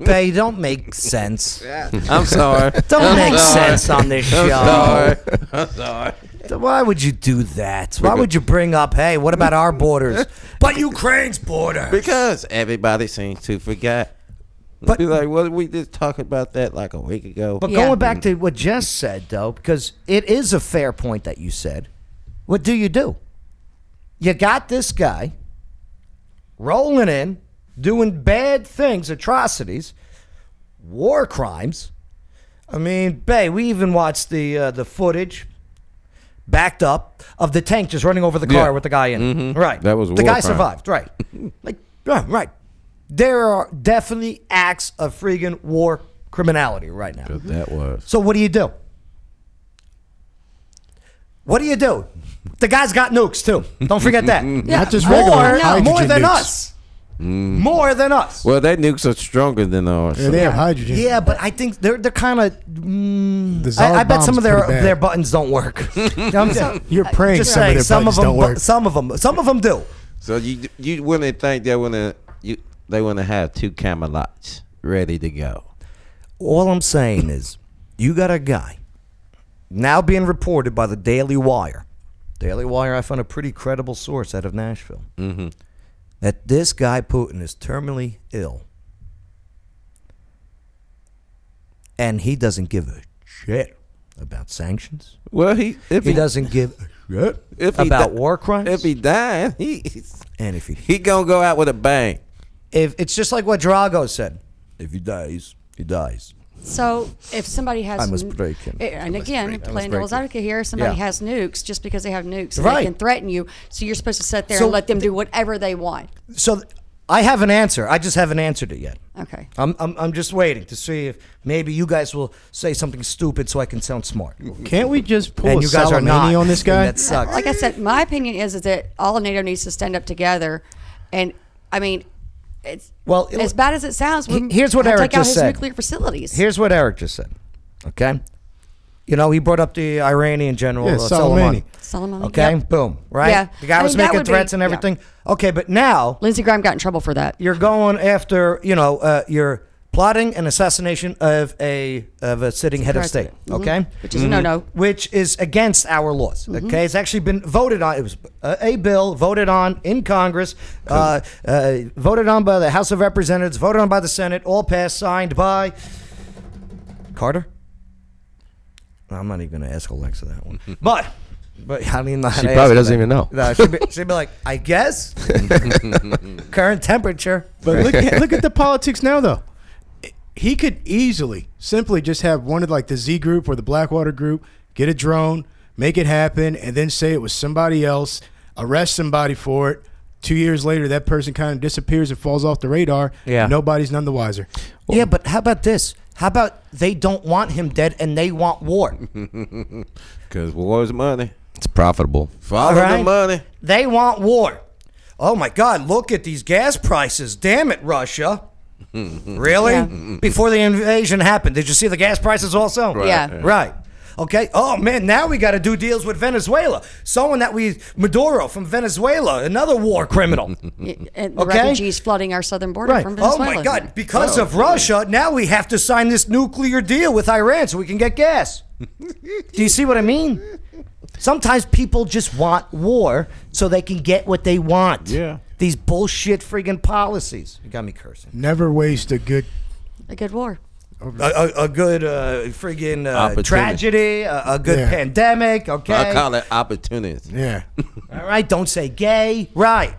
they don't make sense I'm sorry. don't make sense on this show sorry. I'm sorry. why would you do that why would you bring up hey what about our borders but ukraine's border Because everybody seems to forget. But- But Be like, well, we just talked about that like a week ago. But Yeah. going back to what Jess said, though, because it is a fair point that you said. What do you do? You got this guy rolling in, doing bad things, atrocities, war crimes. I mean, Bay, we even watched the uh, the footage backed up of the tank just running over the car Yeah. Mm-hmm. with the guy in. it. Right. That was a the war guy crime. survived. Right. like right, right. There are definitely acts of freaking war criminality right now. that was. So what do you do? What do you do? The guy's got nukes too. Don't forget that. Yeah. Not just More regular. now, hydrogen More than nukes. us. Mm. more than us. Well, their nukes are stronger than ours. Yeah, they have hydrogen. Yeah, but I think they're they're kind of. Mm, The I, I Zard bet some bomb's of their pretty bad. their buttons don't work. I'm just- You're praying just some of saying, their some of buttons them, don't bu- work. some of them, some of them do. So you you wouldn't think they wanna you they wanna have two Camelots ready to go. All I'm saying is, you got a guy now being reported by the Daily Wire. Daily Wire, I found a pretty credible source out of Nashville. Mm-hmm. that this guy Putin is terminally ill. And he doesn't give a shit about sanctions. Well, he if He doesn't give a shit if he about di- war crimes. If he died, he and if he he gonna go out with a bang. if it's just like what Drago said. If he dies, he dies. So if somebody has, I must break him. Eh, And again, I must break playing devil's him. advocate here, if somebody Yeah. has nukes just because they have nukes, Right. they can threaten you. So you're supposed to sit there So and let them do whatever they want. So th- I have an answer. I just haven't answered it yet. Okay. I'm, I'm, I'm just waiting to see if maybe you guys will say something stupid so I can sound smart. Can't we just pull And a you guys are Soleimani not. on this guy? And that sucks. Like I said, my opinion is, is that all of NATO needs to stand up together, and I mean, it's Well, it- as bad as it sounds. We He- here's what have to Eric take out just his said. nuclear facilities. Here's what Eric just said. Okay. You know, he brought up the Iranian general Yeah, uh, Soleimani. Soleimani. Soleimani, Okay, yep. boom. Right? Yeah. The guy I was mean, that making would be- threats and yeah. everything. Okay, but now Lindsey Graham got in trouble for that. you're going after, you know, uh, you're plotting an assassination of a of a sitting head of state. President. Okay? Which is a Mhm. no-no. Which is against our laws. Mm-hmm. Okay? It's actually been voted on. It was a, a bill voted on in Congress, uh, uh, voted on by the House of Representatives, voted on by the Senate, all passed, signed by Carter. I'm not even gonna ask Alexa that one. But but I mean, She probably doesn't even know. No, she'd, be, she'd be like, I guess current temperature. But look at, look at the politics now, though. He could easily, simply just have one of like the Z group or the Blackwater group get a drone, make it happen, and then say it was somebody else, arrest somebody for it. Two years later, that person kind of disappears and falls off the radar. Yeah. and nobody's none the wiser. yeah, but how about this? How about they don't want him dead and they want war? Cause war is money. It's profitable. Follow the Alright. money. They want war. Oh my God! Look at these gas prices. Damn it, Russia! Really? Yeah. Before the invasion happened, did you see the gas prices also? Yeah. Right. Okay. Oh man, now we got to do deals with Venezuela. Someone that we Maduro from Venezuela, another war criminal. And the Okay. refugees flooding our southern border from Oh Venezuela. my God! Because of Russia, now we have to sign this nuclear deal with Iran so we can get gas. Do you see what I mean? Sometimes people just want war so they can get what they want. Yeah. These bullshit friggin' policies. You got me cursing. Never waste a good. a good war. A, a, a good uh, friggin' uh, Opportunity. tragedy, a, a good Yeah. pandemic. Okay. I call it opportunity. Yeah, All right. Don't say gay. Right.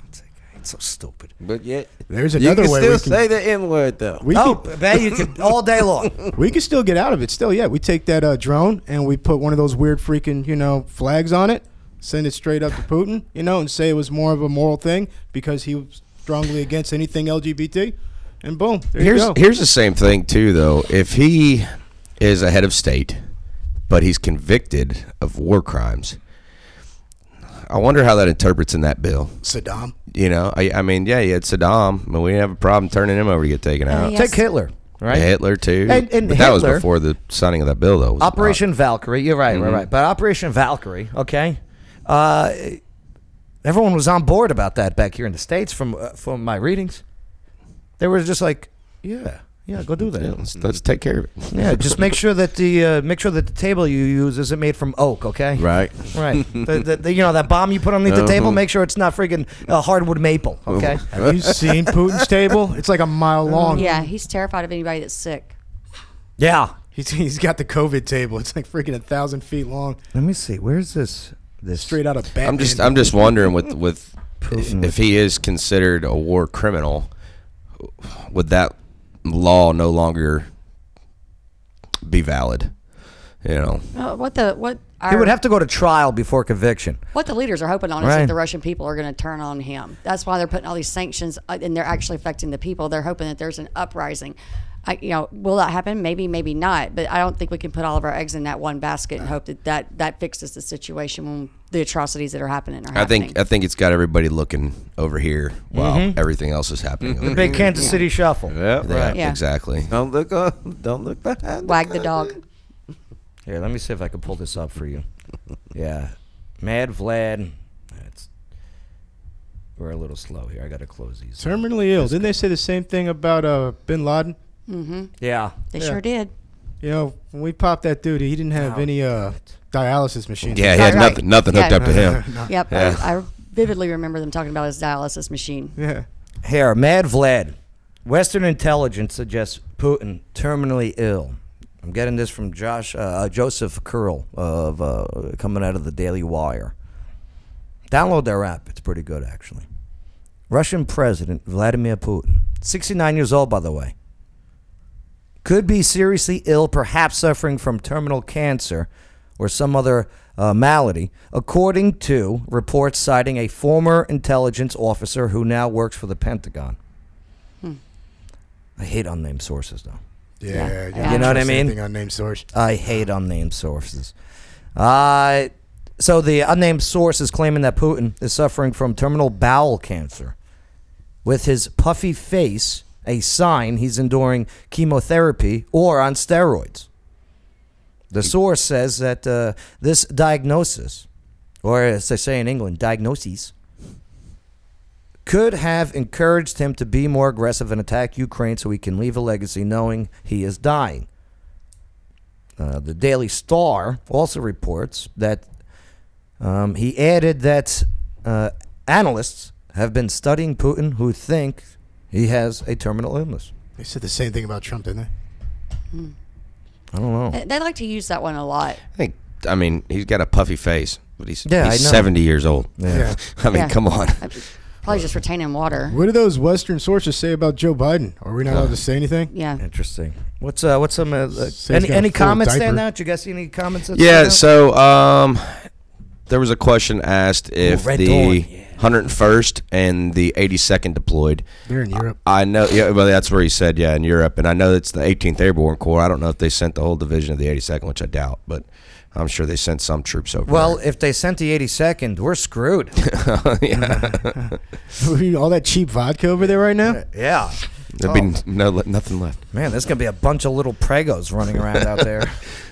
Don't say gay. It's so stupid. But yet There's you another can way still we can- say the N word though. we Oh, could, man, you can all day long. we could still get out of it. Still, yeah, we take that uh, drone and we put one of those weird freaking you know flags on it, send it straight up to Putin, you know, and say it was more of a moral thing because he was strongly against anything LGBT, and boom, there here's you go. here's the same thing too though if he is a head of state but he's convicted of war crimes i wonder how that interprets in that bill Saddam. you know i, I mean yeah you had saddam but we didn't have a problem turning him over to get taken out he Take Hitler. Right. hitler too And- and but that was Hitler- before the signing of that bill though was it not? Operation Valkyrie. You're right, right, right. But Operation Valkyrie, okay. Uh, everyone was on board about that back here in the states from uh, from my readings. They were just like, yeah, yeah, go do Yeah, that. let's, let's take care of it Yeah, just make sure that the uh, make sure that the table you use isn't made from oak, okay? Right. Right. the, the, the- you know that bomb you put underneath the table, Uh-huh. make sure it's not freaking uh, hardwood maple, okay? Have you seen Putin's table? It's like a mile Um, long. Yeah, he's terrified of anybody that's sick. yeah. He's, he's got the COVID table. It's like freaking a thousand feet long, Let me see. Where's this this straight out of Batman. i'm just i'm just wondering with with if, if he is considered a war criminal would that law no longer be valid you know Uh, what the what? He Our, would have to go to trial before conviction. What the leaders are hoping on is Right. that the Russian people are going to turn on him. That's why they're putting all these sanctions, uh, and they're actually affecting the people. They're hoping that there's an uprising. I, you know, will that happen? Maybe, maybe not. But I don't think we can put all of our eggs in that one basket and hope that that, that fixes the situation when the atrocities that are happening are I happening. think I think it's got everybody looking over here while Mhm. everything else is happening. The big Kansas City shuffle. Yeah, Right. Yeah. exactly. Don't look up. Don't look behind. Wag the dog. Here, let me see if I can pull this up for you. Yeah. Mad Vlad. It's, we're a little slow here. I got to close these. Terminally ill. Didn't they say the same thing about uh, Bin Laden? Mm-hmm. Yeah. They Yeah. sure did. You know, when we popped that dude, he didn't have Oh, any uh, dialysis machine. Yeah, he had Right. nothing nothing hooked Yeah. up to him. Yep. Yeah. I, I vividly remember them talking about his dialysis machine. Yeah. Here, Mad Vlad. Western intelligence suggests Putin terminally ill. I'm getting this from Josh uh, Joseph Curl of uh, coming out of the Daily Wire. Download their app; it's pretty good, actually. Russian President Vladimir Putin, 69 years old, by the way, could be seriously ill, perhaps suffering from terminal cancer or some other uh, malady, according to reports citing a former intelligence officer who now works for the Pentagon. Hmm. I hate unnamed sources, though. Yeah, You know what I Same mean? thing, unnamed source. I hate unnamed sources. Uh, so the unnamed source is claiming that Putin is suffering from terminal bowel cancer. With his puffy face, a sign he's enduring chemotherapy or on steroids. The source says that uh, this diagnosis, or as they say in England, diagnoses, could have encouraged him to be more aggressive and attack Ukraine so he can leave a legacy knowing he is dying. Uh, the Daily Star also reports that um, he added that uh, analysts have been studying Putin who think he has a terminal illness. They said the same thing about Trump, didn't I don't know. Uh, They like to use that one a lot. I think I mean he's got a puffy face, but he's, Yeah, he's I know. seventy years old. Yeah. I mean, Yeah. come on. Probably just retaining water. they? What do those Western sources say about Joe Biden? Are we not allowed to say anything? Yeah. Interesting. What's uh, what's some uh, uh, he's any, got a any full comments stand diaper. out? You guys see any comments? that Yeah, stand so um, there was a question asked if Red the Dawn, yeah. 101st and the 82nd deployed. They're in Europe. I know, yeah, well, that's where he said, yeah, in Europe, and I know it's the 18th Airborne Corps. I don't know if they sent the whole division of the 82nd, which I doubt, but I'm sure they sent some troops over. out? Well, if they sent the 82nd, we're screwed. there. yeah, All that cheap vodka over there right now? yeah. there'd be no nothing left. Man, there's gonna be a bunch of little pregos running around out there.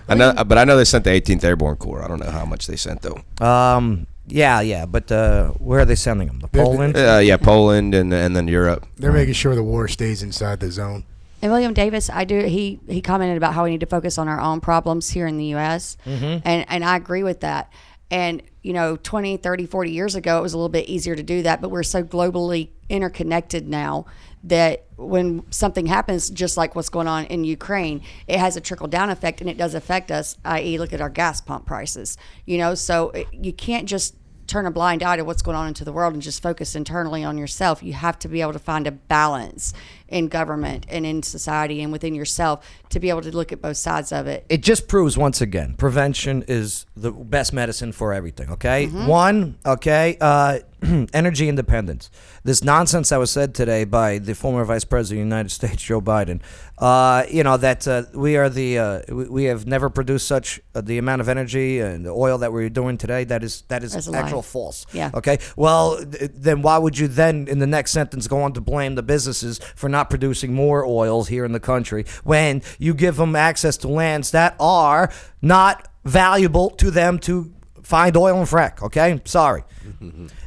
I know, but I know they sent the 18th Airborne Corps. I don't know how much they sent though. Um, yeah, yeah, but uh, where are they sending them? The They're- Poland. Uh, yeah, Poland and and then Europe. They're making sure the war stays inside the zone. And William Davis, I do. He he commented about how we need to focus on our own problems here in the U.S. and and I agree with that. And you know, 20, 30, 40 years ago, it was a little bit easier to do that. But we're so globally interconnected now that when something happens, just like what's going on in Ukraine, it has a trickle down effect, and it does affect us. I.e., look at our gas pump prices. You know, so it, you can't just turn a blind eye to what's going on into the world and just focus internally on yourself. You have to be able to find a balance in government and in society and within yourself to be able to look at both sides of it. it just proves once again prevention is the best medicine for everything okay one okay uh, energy independence this nonsense that was said today by the former vice president of the united states joe biden uh, you know that uh, we are the uh, we, we have never produced such uh, the amount of energy and the oil that we're doing today that is that is That's a lie. actual false Yeah. okay well th- then why would you then in the next sentence go on to blame the businesses for not producing more oils here in the country when you give them access to lands that are not valuable to them to find oil and frack okay sorry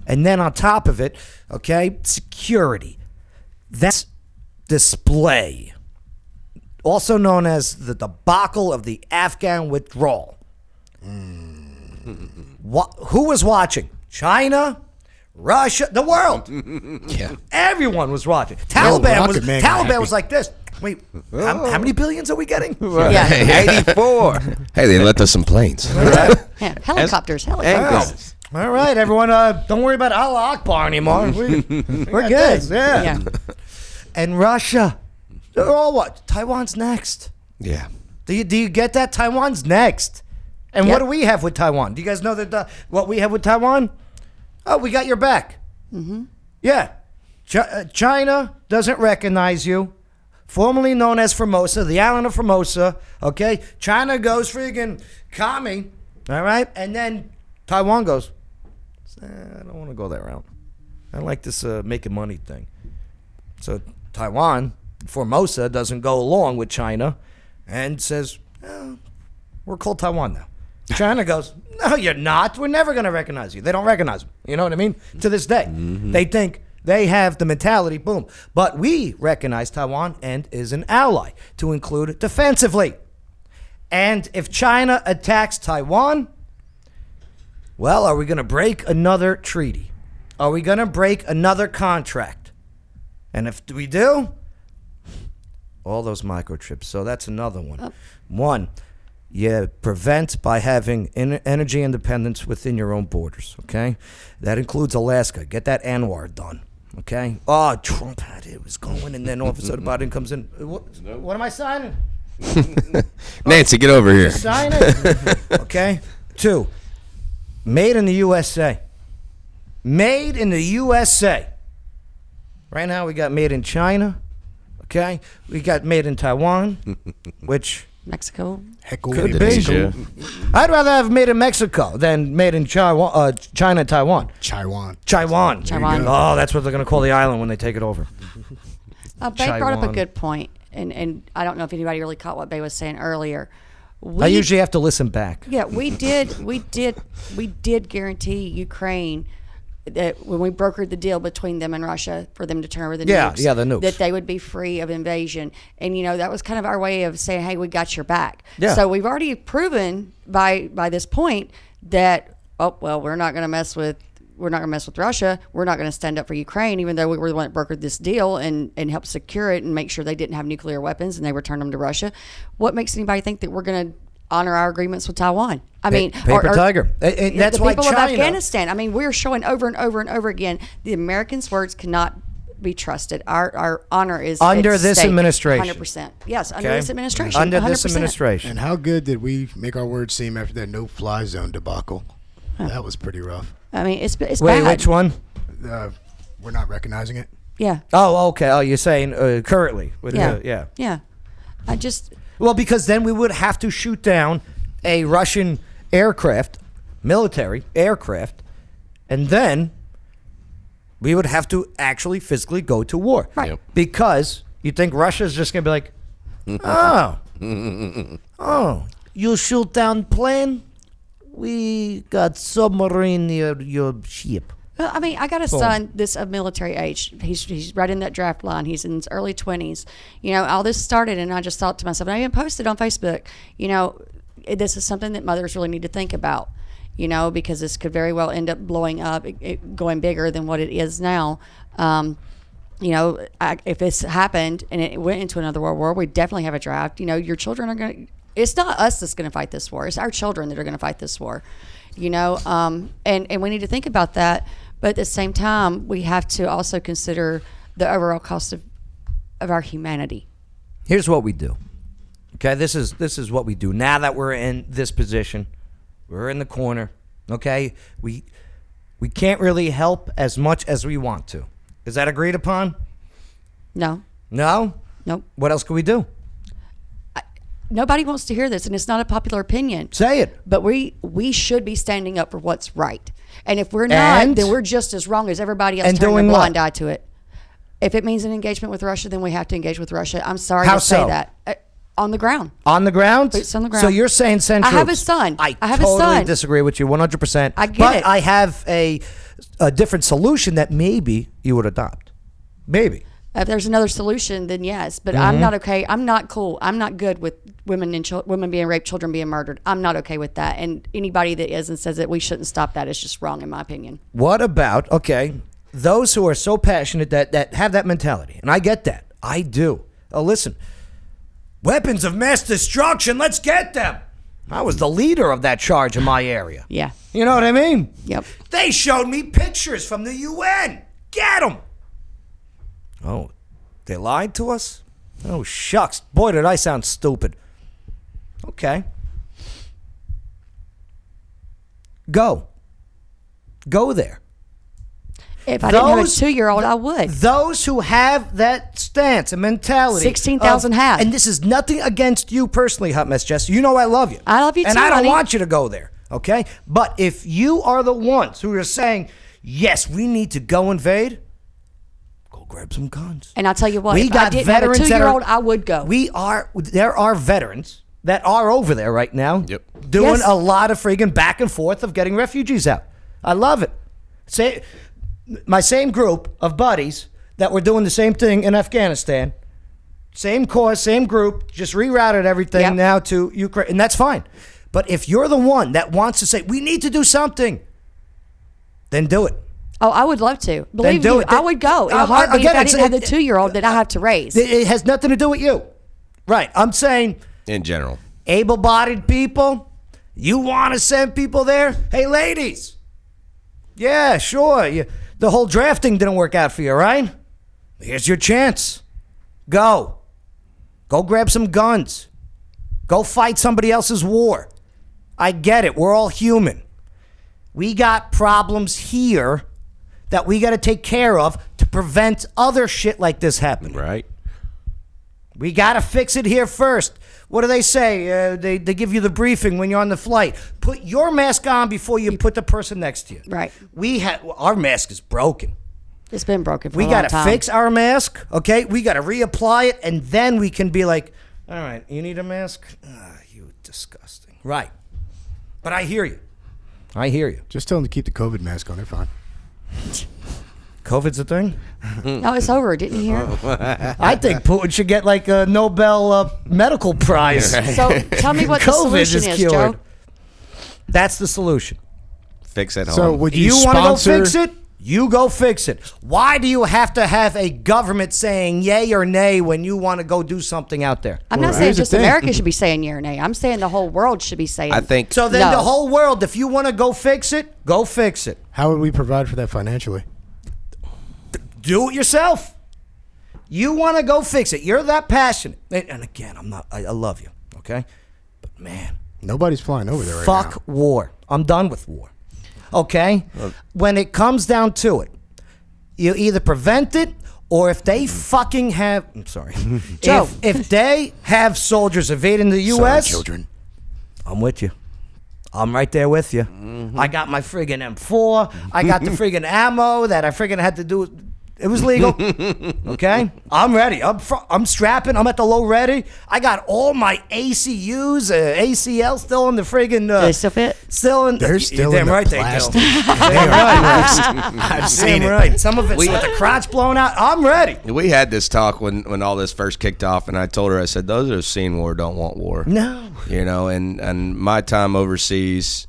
and then on top of it okay security that's display also known as the debacle of the afghan withdrawal Wha- who was watching? China, Russia, the world. Yeah. Everyone was watching. were Taliban was rocket Taliban man happy. Oh. was like this. Wait, how, how many billions are we getting? Yeah. 84. Hey, they left us some planes. Yeah. Helicopters, helicopters. Angus. All right, everyone, uh, don't worry about Allah Akbar anymore. We, we're good. Yeah. Yeah. And Russia, they're all what? Taiwan's next. Yeah. Do you, do you get that? Taiwan's next. And what Yep. do we have with Taiwan? Do you guys know that the, what we have with Taiwan? Oh, we got your back. Mm-hmm. Yeah. Chi- uh, China doesn't recognize you. formerly known as Formosa, the island of Formosa. Okay, China goes freaking commie. All right, and then Taiwan goes. "Eh, I don't want to go that route. I like this uh, making money thing. So Taiwan, Formosa doesn't go along with China, and says, "Eh, "We're called Taiwan now." China goes, "No, you're not. We're never going to recognize you." They don't recognize them. You know what I mean? To this day, they think they have the mentality. Boom. But we recognize Taiwan and is an ally to include defensively. And if China attacks Taiwan, well, are we going to break another treaty? Are we going to break another contract? And if we do, all those microchips. So that's another one. One, you prevent by having en- energy independence within your own borders. Okay, that includes Alaska. Get that Anwar done. Okay. Oh, Trump had it, it was going, and then all of a sudden Biden comes in. What, what am I signing? Nancy, get over here. Sign it. okay. Two. Made in the USA. Made in the USA. Right now we got made in China. Okay. We got made in Taiwan, which Mexico. Heckle could Indonesia. be. I'd rather have made in Mexico than made in China, uh, China Taiwan. Taiwan. Taiwan. Taiwan. Oh, that's what they're going to call the island when they take it over. Uh, Bay brought up a Taiwan. good point, and and I don't know if anybody really caught what Bay was saying earlier. We, I usually have to listen back. yeah, we did, we did, we did guarantee Ukraine that when we brokered the deal between them and Russia for them to turn over the Yeah, nukes, yeah, the nukes. that they would be free of invasion, and you know that was kind of our way of saying, hey, we got your back. Yeah. So we've already proven by by this point that oh well, we're not going to mess with. We're not going to mess with Russia. We're not going to stand up for Ukraine, even though we were the one that brokered this deal and, and helped secure it and make sure they didn't have nuclear weapons and they returned them to Russia. What makes anybody think that we're going to honor our agreements with Taiwan? I mean, or- paper or- tiger. And- and the that's why people of China- Afghanistan. I mean, we're showing over and over and over again the Americans' words cannot be trusted. Our our honor is at Under this stake, administration. 100%. Yes, under Okay? this administration. Under this 100%. administration. And how good did we make our words seem after that no fly zone debacle? That was pretty rough. I mean, it's it's Wait, bad. which one? Uh, we're not recognizing it. Yeah. Oh, okay. Oh, you're saying uh, currently. With Yeah. The, yeah. Yeah. I just Well, because then we would have to shoot down a Russian aircraft, military aircraft, and then we would have to actually physically go to war. Right. Yep. Because you think Russia's just going to be like, oh, oh, you shoot down plane? We got submarine your, your ship. Well, I mean, I got a son that's of military age. He's he's right in that draft line. He's in his early twenties. You know, all this started, and I just thought to myself, and I even posted on Facebook. You know, eh, this is something that mothers really need to think about. You know, because this could very well end up blowing up, it, it going bigger than what it is now. Um, you know, I, if this happened and it went into another world war, we definitely have a draft. You know, your children are going to. It's not us that's going to fight this war. It's our children that are going to fight this war. You know, um, and and we need to think about that. But at the same time, we have to also consider the overall cost of of our humanity. here's what we do. Okay, this is this is what we do. Now that we're in this position, we're in the corner. Okay, we we can't really help as much as we want to. Is that agreed upon? No, No. nope. What else can we do? Nobody wants to hear this, and it's not a popular opinion. Say it. But we we should be standing up for what's right. And if we're not, And- then we're just as wrong as everybody else And turning doing a what? blind eye to it. If it means an engagement with Russia, then we have to engage with Russia. I'm sorry How to say so? that. Uh, on the ground. On the ground. Boots on the So ground. you're saying send I have troops. a son. I, I have a totally son. disagree with you 100. percent I get but it. I have a a different solution that maybe you would adopt. Maybe. If there's another solution, then yes. But Mm-hmm. I'm not okay. I'm not cool. I'm not good with women and chil- women being raped, children being murdered. I'm not okay with that. And anybody that is and says that we shouldn't stop that is just wrong, in my opinion. What about okay? Those who are so passionate that that have that mentality, and I get that. I do. Oh, listen, weapons of mass destruction. Let's get them. I was the leader of that charge in my area. Yeah. You know what I mean? Yep. They showed me pictures from the UN. Get them. Oh, they lied to us? Oh, shucks. Boy, did I sound stupid. Okay. Go. Go there. If I didn't have a Those- two-year-old, I would. Those who have that stance and mentality. 16,000 of- have. And this is nothing against you personally, Hot Mess Jess. You know I love you. I love you And too, I don't honey. want you to go there, okay? But if you are the ones who are saying, yes, we need to go invade, go grab some guns. And I tell you what, we if got I didn't have a veterans that are- two-year-old, I would go. We are, there are veterans that are over there right now yep. doing Yes. a lot of friggin' back and forth of getting refugees out. I love it. Say, my same group of buddies that were doing the same thing in Afghanistan, same cause, same group, just rerouted everything now to Ukraine, and that's fine. But if you're the one that wants to say we need to do something, then do it. Oh, I would love to. Believe do you, it. I would go in Uh, a heartbeat again, if I it's- didn't have the it- two-year-old that I have to raise. It it has nothing to do with you, right? I'm saying in general. able-bodied people. You want to send people there? Hey, ladies. Yeah, sure. You, the whole drafting didn't work out for you, right? Here's your chance. Go. Go grab some guns. Go fight somebody else's war. I get it. We're all human. We got problems here that we got to take care of to prevent other shit like this happening. Right. We got to fix it here first. What do they say? Uh, they, they give you the briefing when you're on the flight. Put your mask on before you put the person next to you. Right. We have our mask is broken. It's been broken for We a got long to time. fix our mask, okay? We got to reapply it and then we can be like, "All right, you need a mask?" Ah, you disgusting. Right. But I hear you. I hear you. Just tell them to keep the COVID mask on. They're fine. COVID's a thing? No, it's over. Didn't you hear? I think Putin should get like a Nobel uh, medical prize. So tell me what the COVID solution is, cured. Joe. That's the solution. Fix at home. So would you, want to go sponsor? fix it? You go fix it. Why do you have to have a government saying yay or nay when you want to go do something out there? I'm not Right. saying Here's the just thing. America should be saying yeah or nay. I'm saying the whole world should be saying. I think So then No. the whole world, if you want to go fix it, go fix it. How would we provide for that financially? Do it yourself. You want to go fix it. You're that passionate. And, and again, I'm not. I, I love you. Okay, but man, Nobody's flying over there right Fuck war. I'm done with war. Okay? When it comes down to it, you either prevent it or if they Mm-hmm. fucking have I'm sorry. Joe. If, if they have soldiers invading the now. Sorry, US, children. I'm with you. I'm right there with you. Mm-hmm. I got my friggin' M4. I got the friggin' ammo that I friggin' had to do. It was legal. okay? I'm ready. I'm, fr- I'm strapping. I'm at the low ready. I got all my ACUs, uh, ACL still in the friggin' uh, Do they still fit? still in. They're You're still damn in the right plastic. they do. They are right. I've seen damn right. Some of it's We- with the crotch blown out. I'm ready. We had this talk when, when all this first kicked off, and I told her, I said, those that have seen war don't want war. No. You know, and, and my time overseas,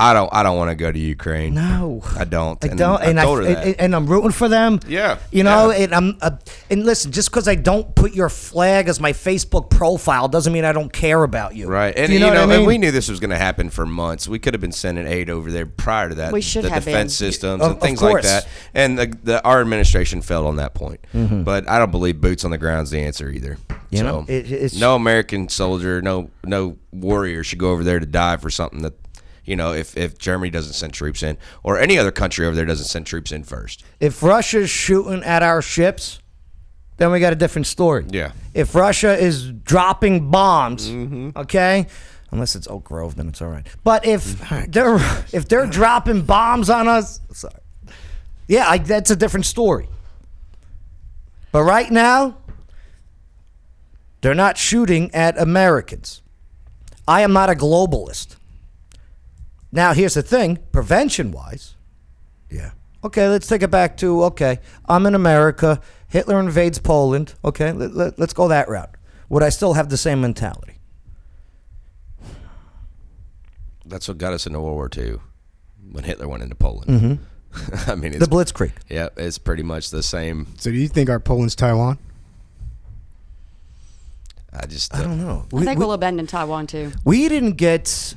I don't I don't want to go to Ukraine. No. I don't. I don't, and, I I told her that. and, and I'm rooting for them. Yeah, you know, yeah. and I'm, uh, and listen, just because I don't put your flag as my Facebook profile doesn't mean I don't care about you. Right, and Do you know, what I mean? and we knew this was going to happen for months. We could have been sending aid over there prior to that. We should the have defense been. systems Of- and of things like course. that. And the, the our administration failed on that point. But I don't believe boots on the ground's the answer either. Mm-hmm. You so, know, it- it's- no American soldier, no no warrior should go over there to die for something that. You know, if, if Germany doesn't send troops in, or any other country over there doesn't send troops in first, if Russia's shooting at our ships, then we got a different story. Yeah. If Russia is dropping bombs, okay, unless it's Oak Grove, then it's all right. But if they're if they're dropping bombs on us, sorry, yeah, I, that's a different story. But right now, they're not shooting at Americans. I am not a globalist. Now, here's the thing prevention wise, yeah. Okay, let's take it back to okay, I'm in America. Hitler invades Poland. Okay, let, let, let's go that route. Would I still have the same mentality? that's what got us into World War II when Hitler went into Poland. I Mm-hmm. mean, The it's, Blitzkrieg. yeah, it's pretty much the same. So do you think our Poland's Taiwan? I just uh, I don't know. I We, think we, we'll abandon Taiwan too. we didn't get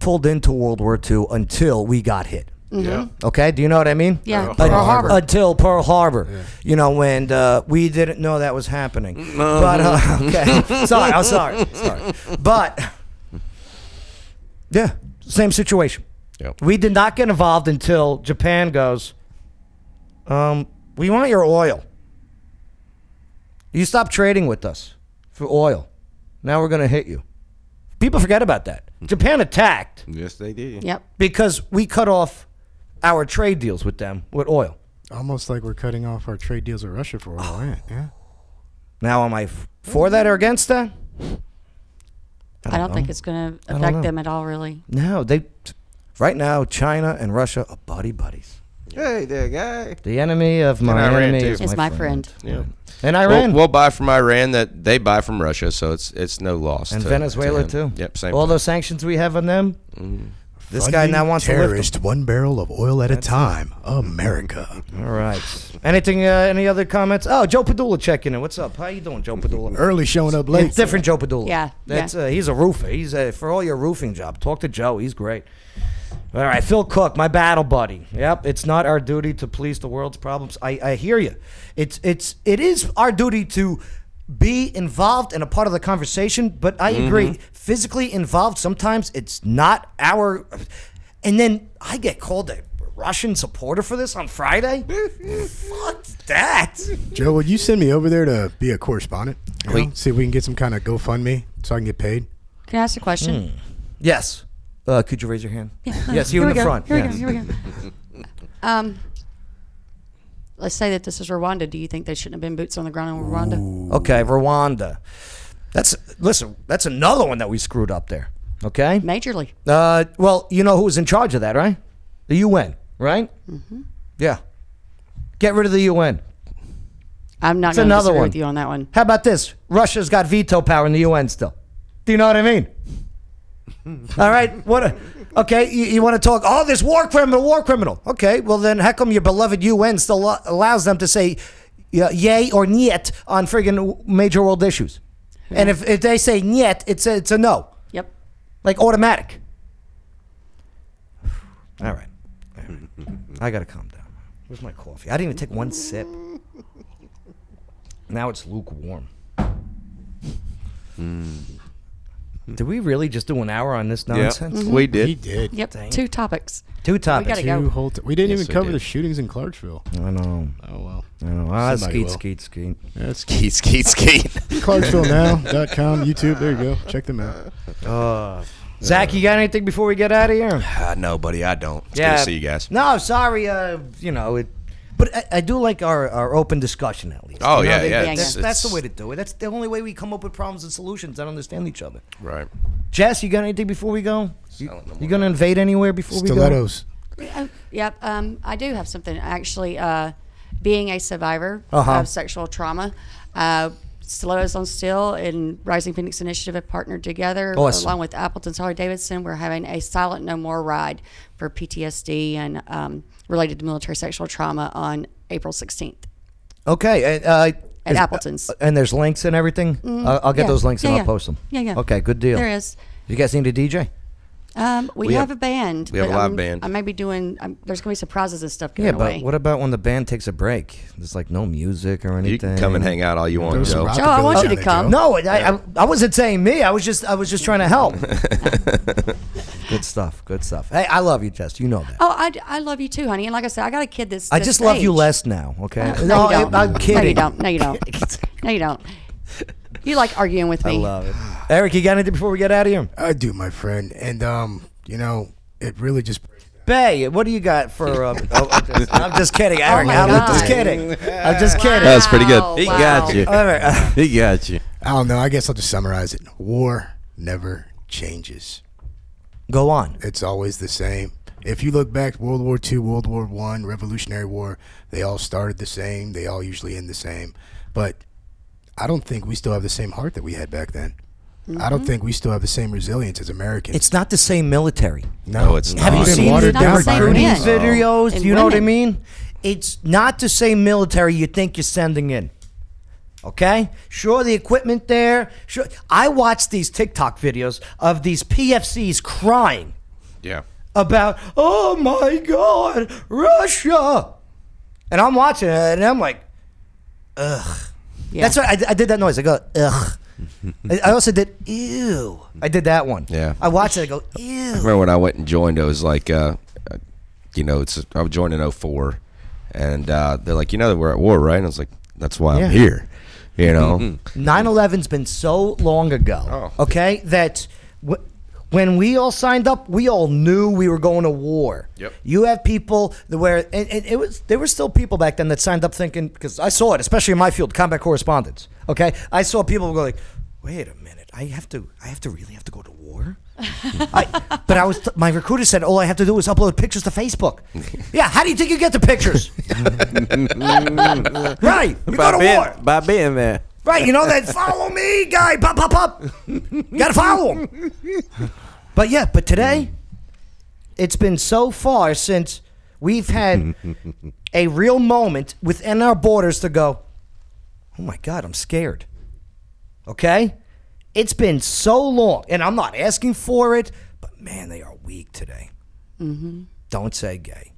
pulled into World War II until we got hit. Yeah. Okay, do you know what I mean? Mm-hmm. Yeah, Un- Pearl Harbor. Until Pearl Harbor, you know, when uh, we didn't know that was happening. But uh, okay, sorry, I'm sorry, sorry. But yeah, same situation. Yep. We did not get involved until Japan goes. Um, we want your oil. You stop trading with us for oil. Now we're going to hit you. People forget about that. Mm-hmm. Japan attacked Yes, they did. because we cut off our trade deals with them with oil. Almost like we're cutting off our trade deals with Russia for a while, right? Yeah. Now, am I f- for that or against that? I don't think it's going I to don't know. affect them at all, really. No, they. Right now, China and Russia are buddy buddies. Hey there, guy. The enemy of my Iran, enemy too. is, Is my Yeah. Yeah. And Iran. We'll, we'll buy from Iran that they buy from Russia, so it's it's no loss. and to- Venezuela to too. him. Yep, same. Mm. All those sanctions we have on them. This guy Funding now wants terrorist to one barrel of oil at a time. America. lift them. All right. Anything? Uh, any other comments? Oh, Joe Padula checking in. What's up? How you doing, Joe Padula? Early showing up late. It's different Joe Padula. Yeah, That's yeah. Uh, he's a roofer. He's uh, for all your roofing job. Talk to Joe. He's great. All right, Phil Cook, my battle buddy. Yep, it's not our duty to police the world's problems. I, I hear you. It's it's it is our duty to be involved and a part of the conversation. But I agree, physically involved sometimes it's not our. And then I get called a Russian supporter for this on Friday. Fuck that. Joe, would you send me over there to be a correspondent? You know, Wait. see if we can get some kind of GoFundMe so I can get paid. Can I ask a question? Hmm. Yes. Uh, could you raise your hand? Yeah. Yes, you Here in we the go. front. Here yes. we go. Here we go. um, let's say that this is Rwanda. Do you think they shouldn't have been boots on the ground in Rwanda? Okay, Rwanda. That's listen. That's another one that we screwed up there. Okay. Majorly. Uh, well, you know who was in charge of that, right? The UN, right? Mm-hmm. Yeah. Get rid of the UN. I'm not It's going to another disagree one. with you on that one. How about this? Russia's got veto power in the UN still. Do you know what I mean? All right. What? A, okay. You, you want to talk? Oh, this war criminal, war criminal. Okay. Well, then how come your beloved UN still lo- allows them to say uh, yay or niet on friggin' major world issues? And if, if they say niet, it's a, it's a no, Yep. like automatic. All right. All right. I gotta calm down. Where's my coffee? I didn't even take one sip. Now it's lukewarm. Did we really just do an hour on this Yeah, Mm-hmm. nonsense? we did. did. Yep. Two topics. Two topics. gotta Two go. whole t- we didn't Yes, even we cover did. the shootings in Clarksville. I know. Oh well. I know. Ah, Somebody skeet, will. skeet, skeet. That's Skeet, skeet, skeet. ClarksvilleNow.com, YouTube. There you go. Check them out. Zach, you got anything before we get out of here? Ah, no, buddy, I don't. It's good to see you guys. No, I'm sorry. Uh, you know it, but I, I do like our, our open discussion at least. Oh, You know, yeah, they- yeah. they- That's, it's- that's the it's- way to do it. That's the only way we come up with problems and solutions that understand each other. Right. Jess, you got anything before we go? You, Selling them you gonna invade anywhere before Stilettos. Oh, yep. Um, I do have something actually. Uh, being a survivor Uh-huh. of sexual trauma, uh, Stilettos on Steel and Rising Phoenix Initiative have partnered together Awesome. along with Appleton's Harley Davidson. We're having a Silent No More ride for PTSD and um, related to military sexual trauma on April 16th we go? Okay, and, uh, at is- Appleton's. Mm-hmm. and there's links and everything. I'll, I'll get yeah. those links and Yeah, I'll yeah. post them. Yeah, yeah. Okay, good deal. There is. You guys need a DJ? Um, we, We have, a have- band. we have but a live I'm- band. I may be doing. i there's gonna be surprises and stuff Yeah, going but away. what about when the band takes a break? There's like no music or anything. You can come and hang out all you want, There's some Joe. rock- Joe, I want you Rockabilly to down come. there, No, I, I, I wasn't saying me. I was just I was just trying to help. good stuff. Good stuff. Hey, I love you, Jess. You know that. Oh, I, I love you too, honey. And like I said, I got a kid that's. I this just love you age. less now. Okay. No, you don't. I'm kidding. No, you don't. No, you don't. No, you don't. You like arguing with me. I love it. Eric, you got anything before we get out of here? I do, my friend. And um, you know, it really just Bay, what do you got for? Uh, oh, I'm, just, I'm just kidding, Eric. Oh my I'm God. just kidding. I'm just kidding. That was pretty good. Wow, He wow. got you. All right. Uh, He got you. I don't know. I guess I'll just summarize it. War never changes. Go on. It's always the same. If you look back, World War II, World War One, Revolutionary War, they all started the same. They all usually end the same. But I don't think we still have the same heart that we had back then. I don't think we still have the same resilience as Americans. It's not the same military. no, it's We've not. Have you been seen watered the down It's not by the same Bernie. man. These videos. And do you know what I women. mean? It's not the same military you think you're sending in. Okay? Sure, the equipment there. Sure. I watch these TikTok videos of these PFCs crying Yeah. about, oh my God, Russia. And I'm watching it and I'm like, Yeah. That's right. I, I did that noise. I go, ugh. I, I also did, ew. I did that one. Yeah. I watched it. I go, I ew. remember when I went and joined, it was like, uh, uh, you know, it's I joined in 04. And uh, they're like, you know, that we're at war, right? And I was like, that's why Yeah. I'm here. You know, 9 11's been so long ago, okay, that w- when we all signed up, we all knew we were going to war. Yep. You have people that where, and, and it was, there were still people back then that signed up thinking, because I saw it, especially in my field, combat correspondence, okay? I saw people go like, wait a minute, I have to, I have to really have to go to war? I, but I was, my recruiter said, all I have to do is upload pictures to Facebook. yeah, how do you think you get the pictures? right, we by go to being, war. by being there. Right, you know that follow me guy, pop, pop, pop. Gotta follow him. But yeah, but today, it's been so far since we've had a real moment within our borders to go, oh my God, I'm scared. Okay? It's been so long, and I'm not asking for it, but man, they are weak today. Mm-hmm. Don't say gay.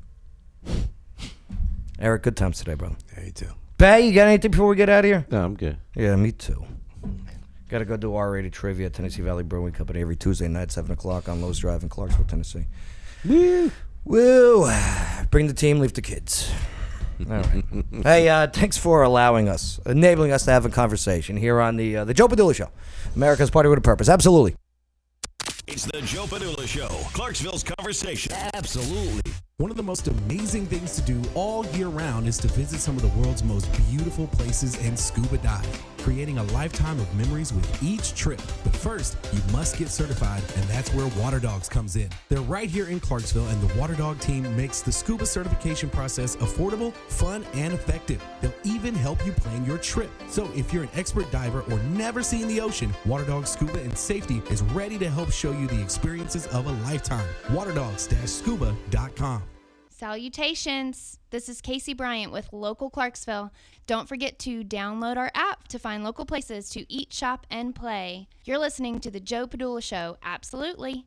Eric, good times today, brother. Yeah, you too. Bay, you got anything before we get out of here? No, I'm good. Yeah, me too. Got to go do R-rated trivia at Tennessee Valley Brewing Company every Tuesday night, seven o'clock on Lowe's Drive in Clarksville, Tennessee. Woo, woo! Bring the team, leave the kids. All right. hey, uh, thanks for allowing us, enabling us to have a conversation here on the uh, the Joe Padula Show, America's Party with a Purpose. Absolutely. It's the Joe Padula Show, Clarksville's conversation. Absolutely. One of the most amazing things to do all year round is to visit some of the world's most beautiful places and scuba dive, creating a lifetime of memories with each trip. But first, you must get certified, and that's where Water Dogs comes in. They're right here in Clarksville, and the Water Dog team makes the scuba certification process affordable, fun, and effective. They'll even help you plan your trip. So if you're an expert diver or never seen the ocean, Water Dogs Scuba and Safety is ready to help show you the experiences of a lifetime. Waterdogs-scuba.com. Salutations. This is Casey Bryant with Local Clarksville. Don't forget to download our app to find local places to eat, shop, and play. You're listening to The Joe Padula Show. Absolutely.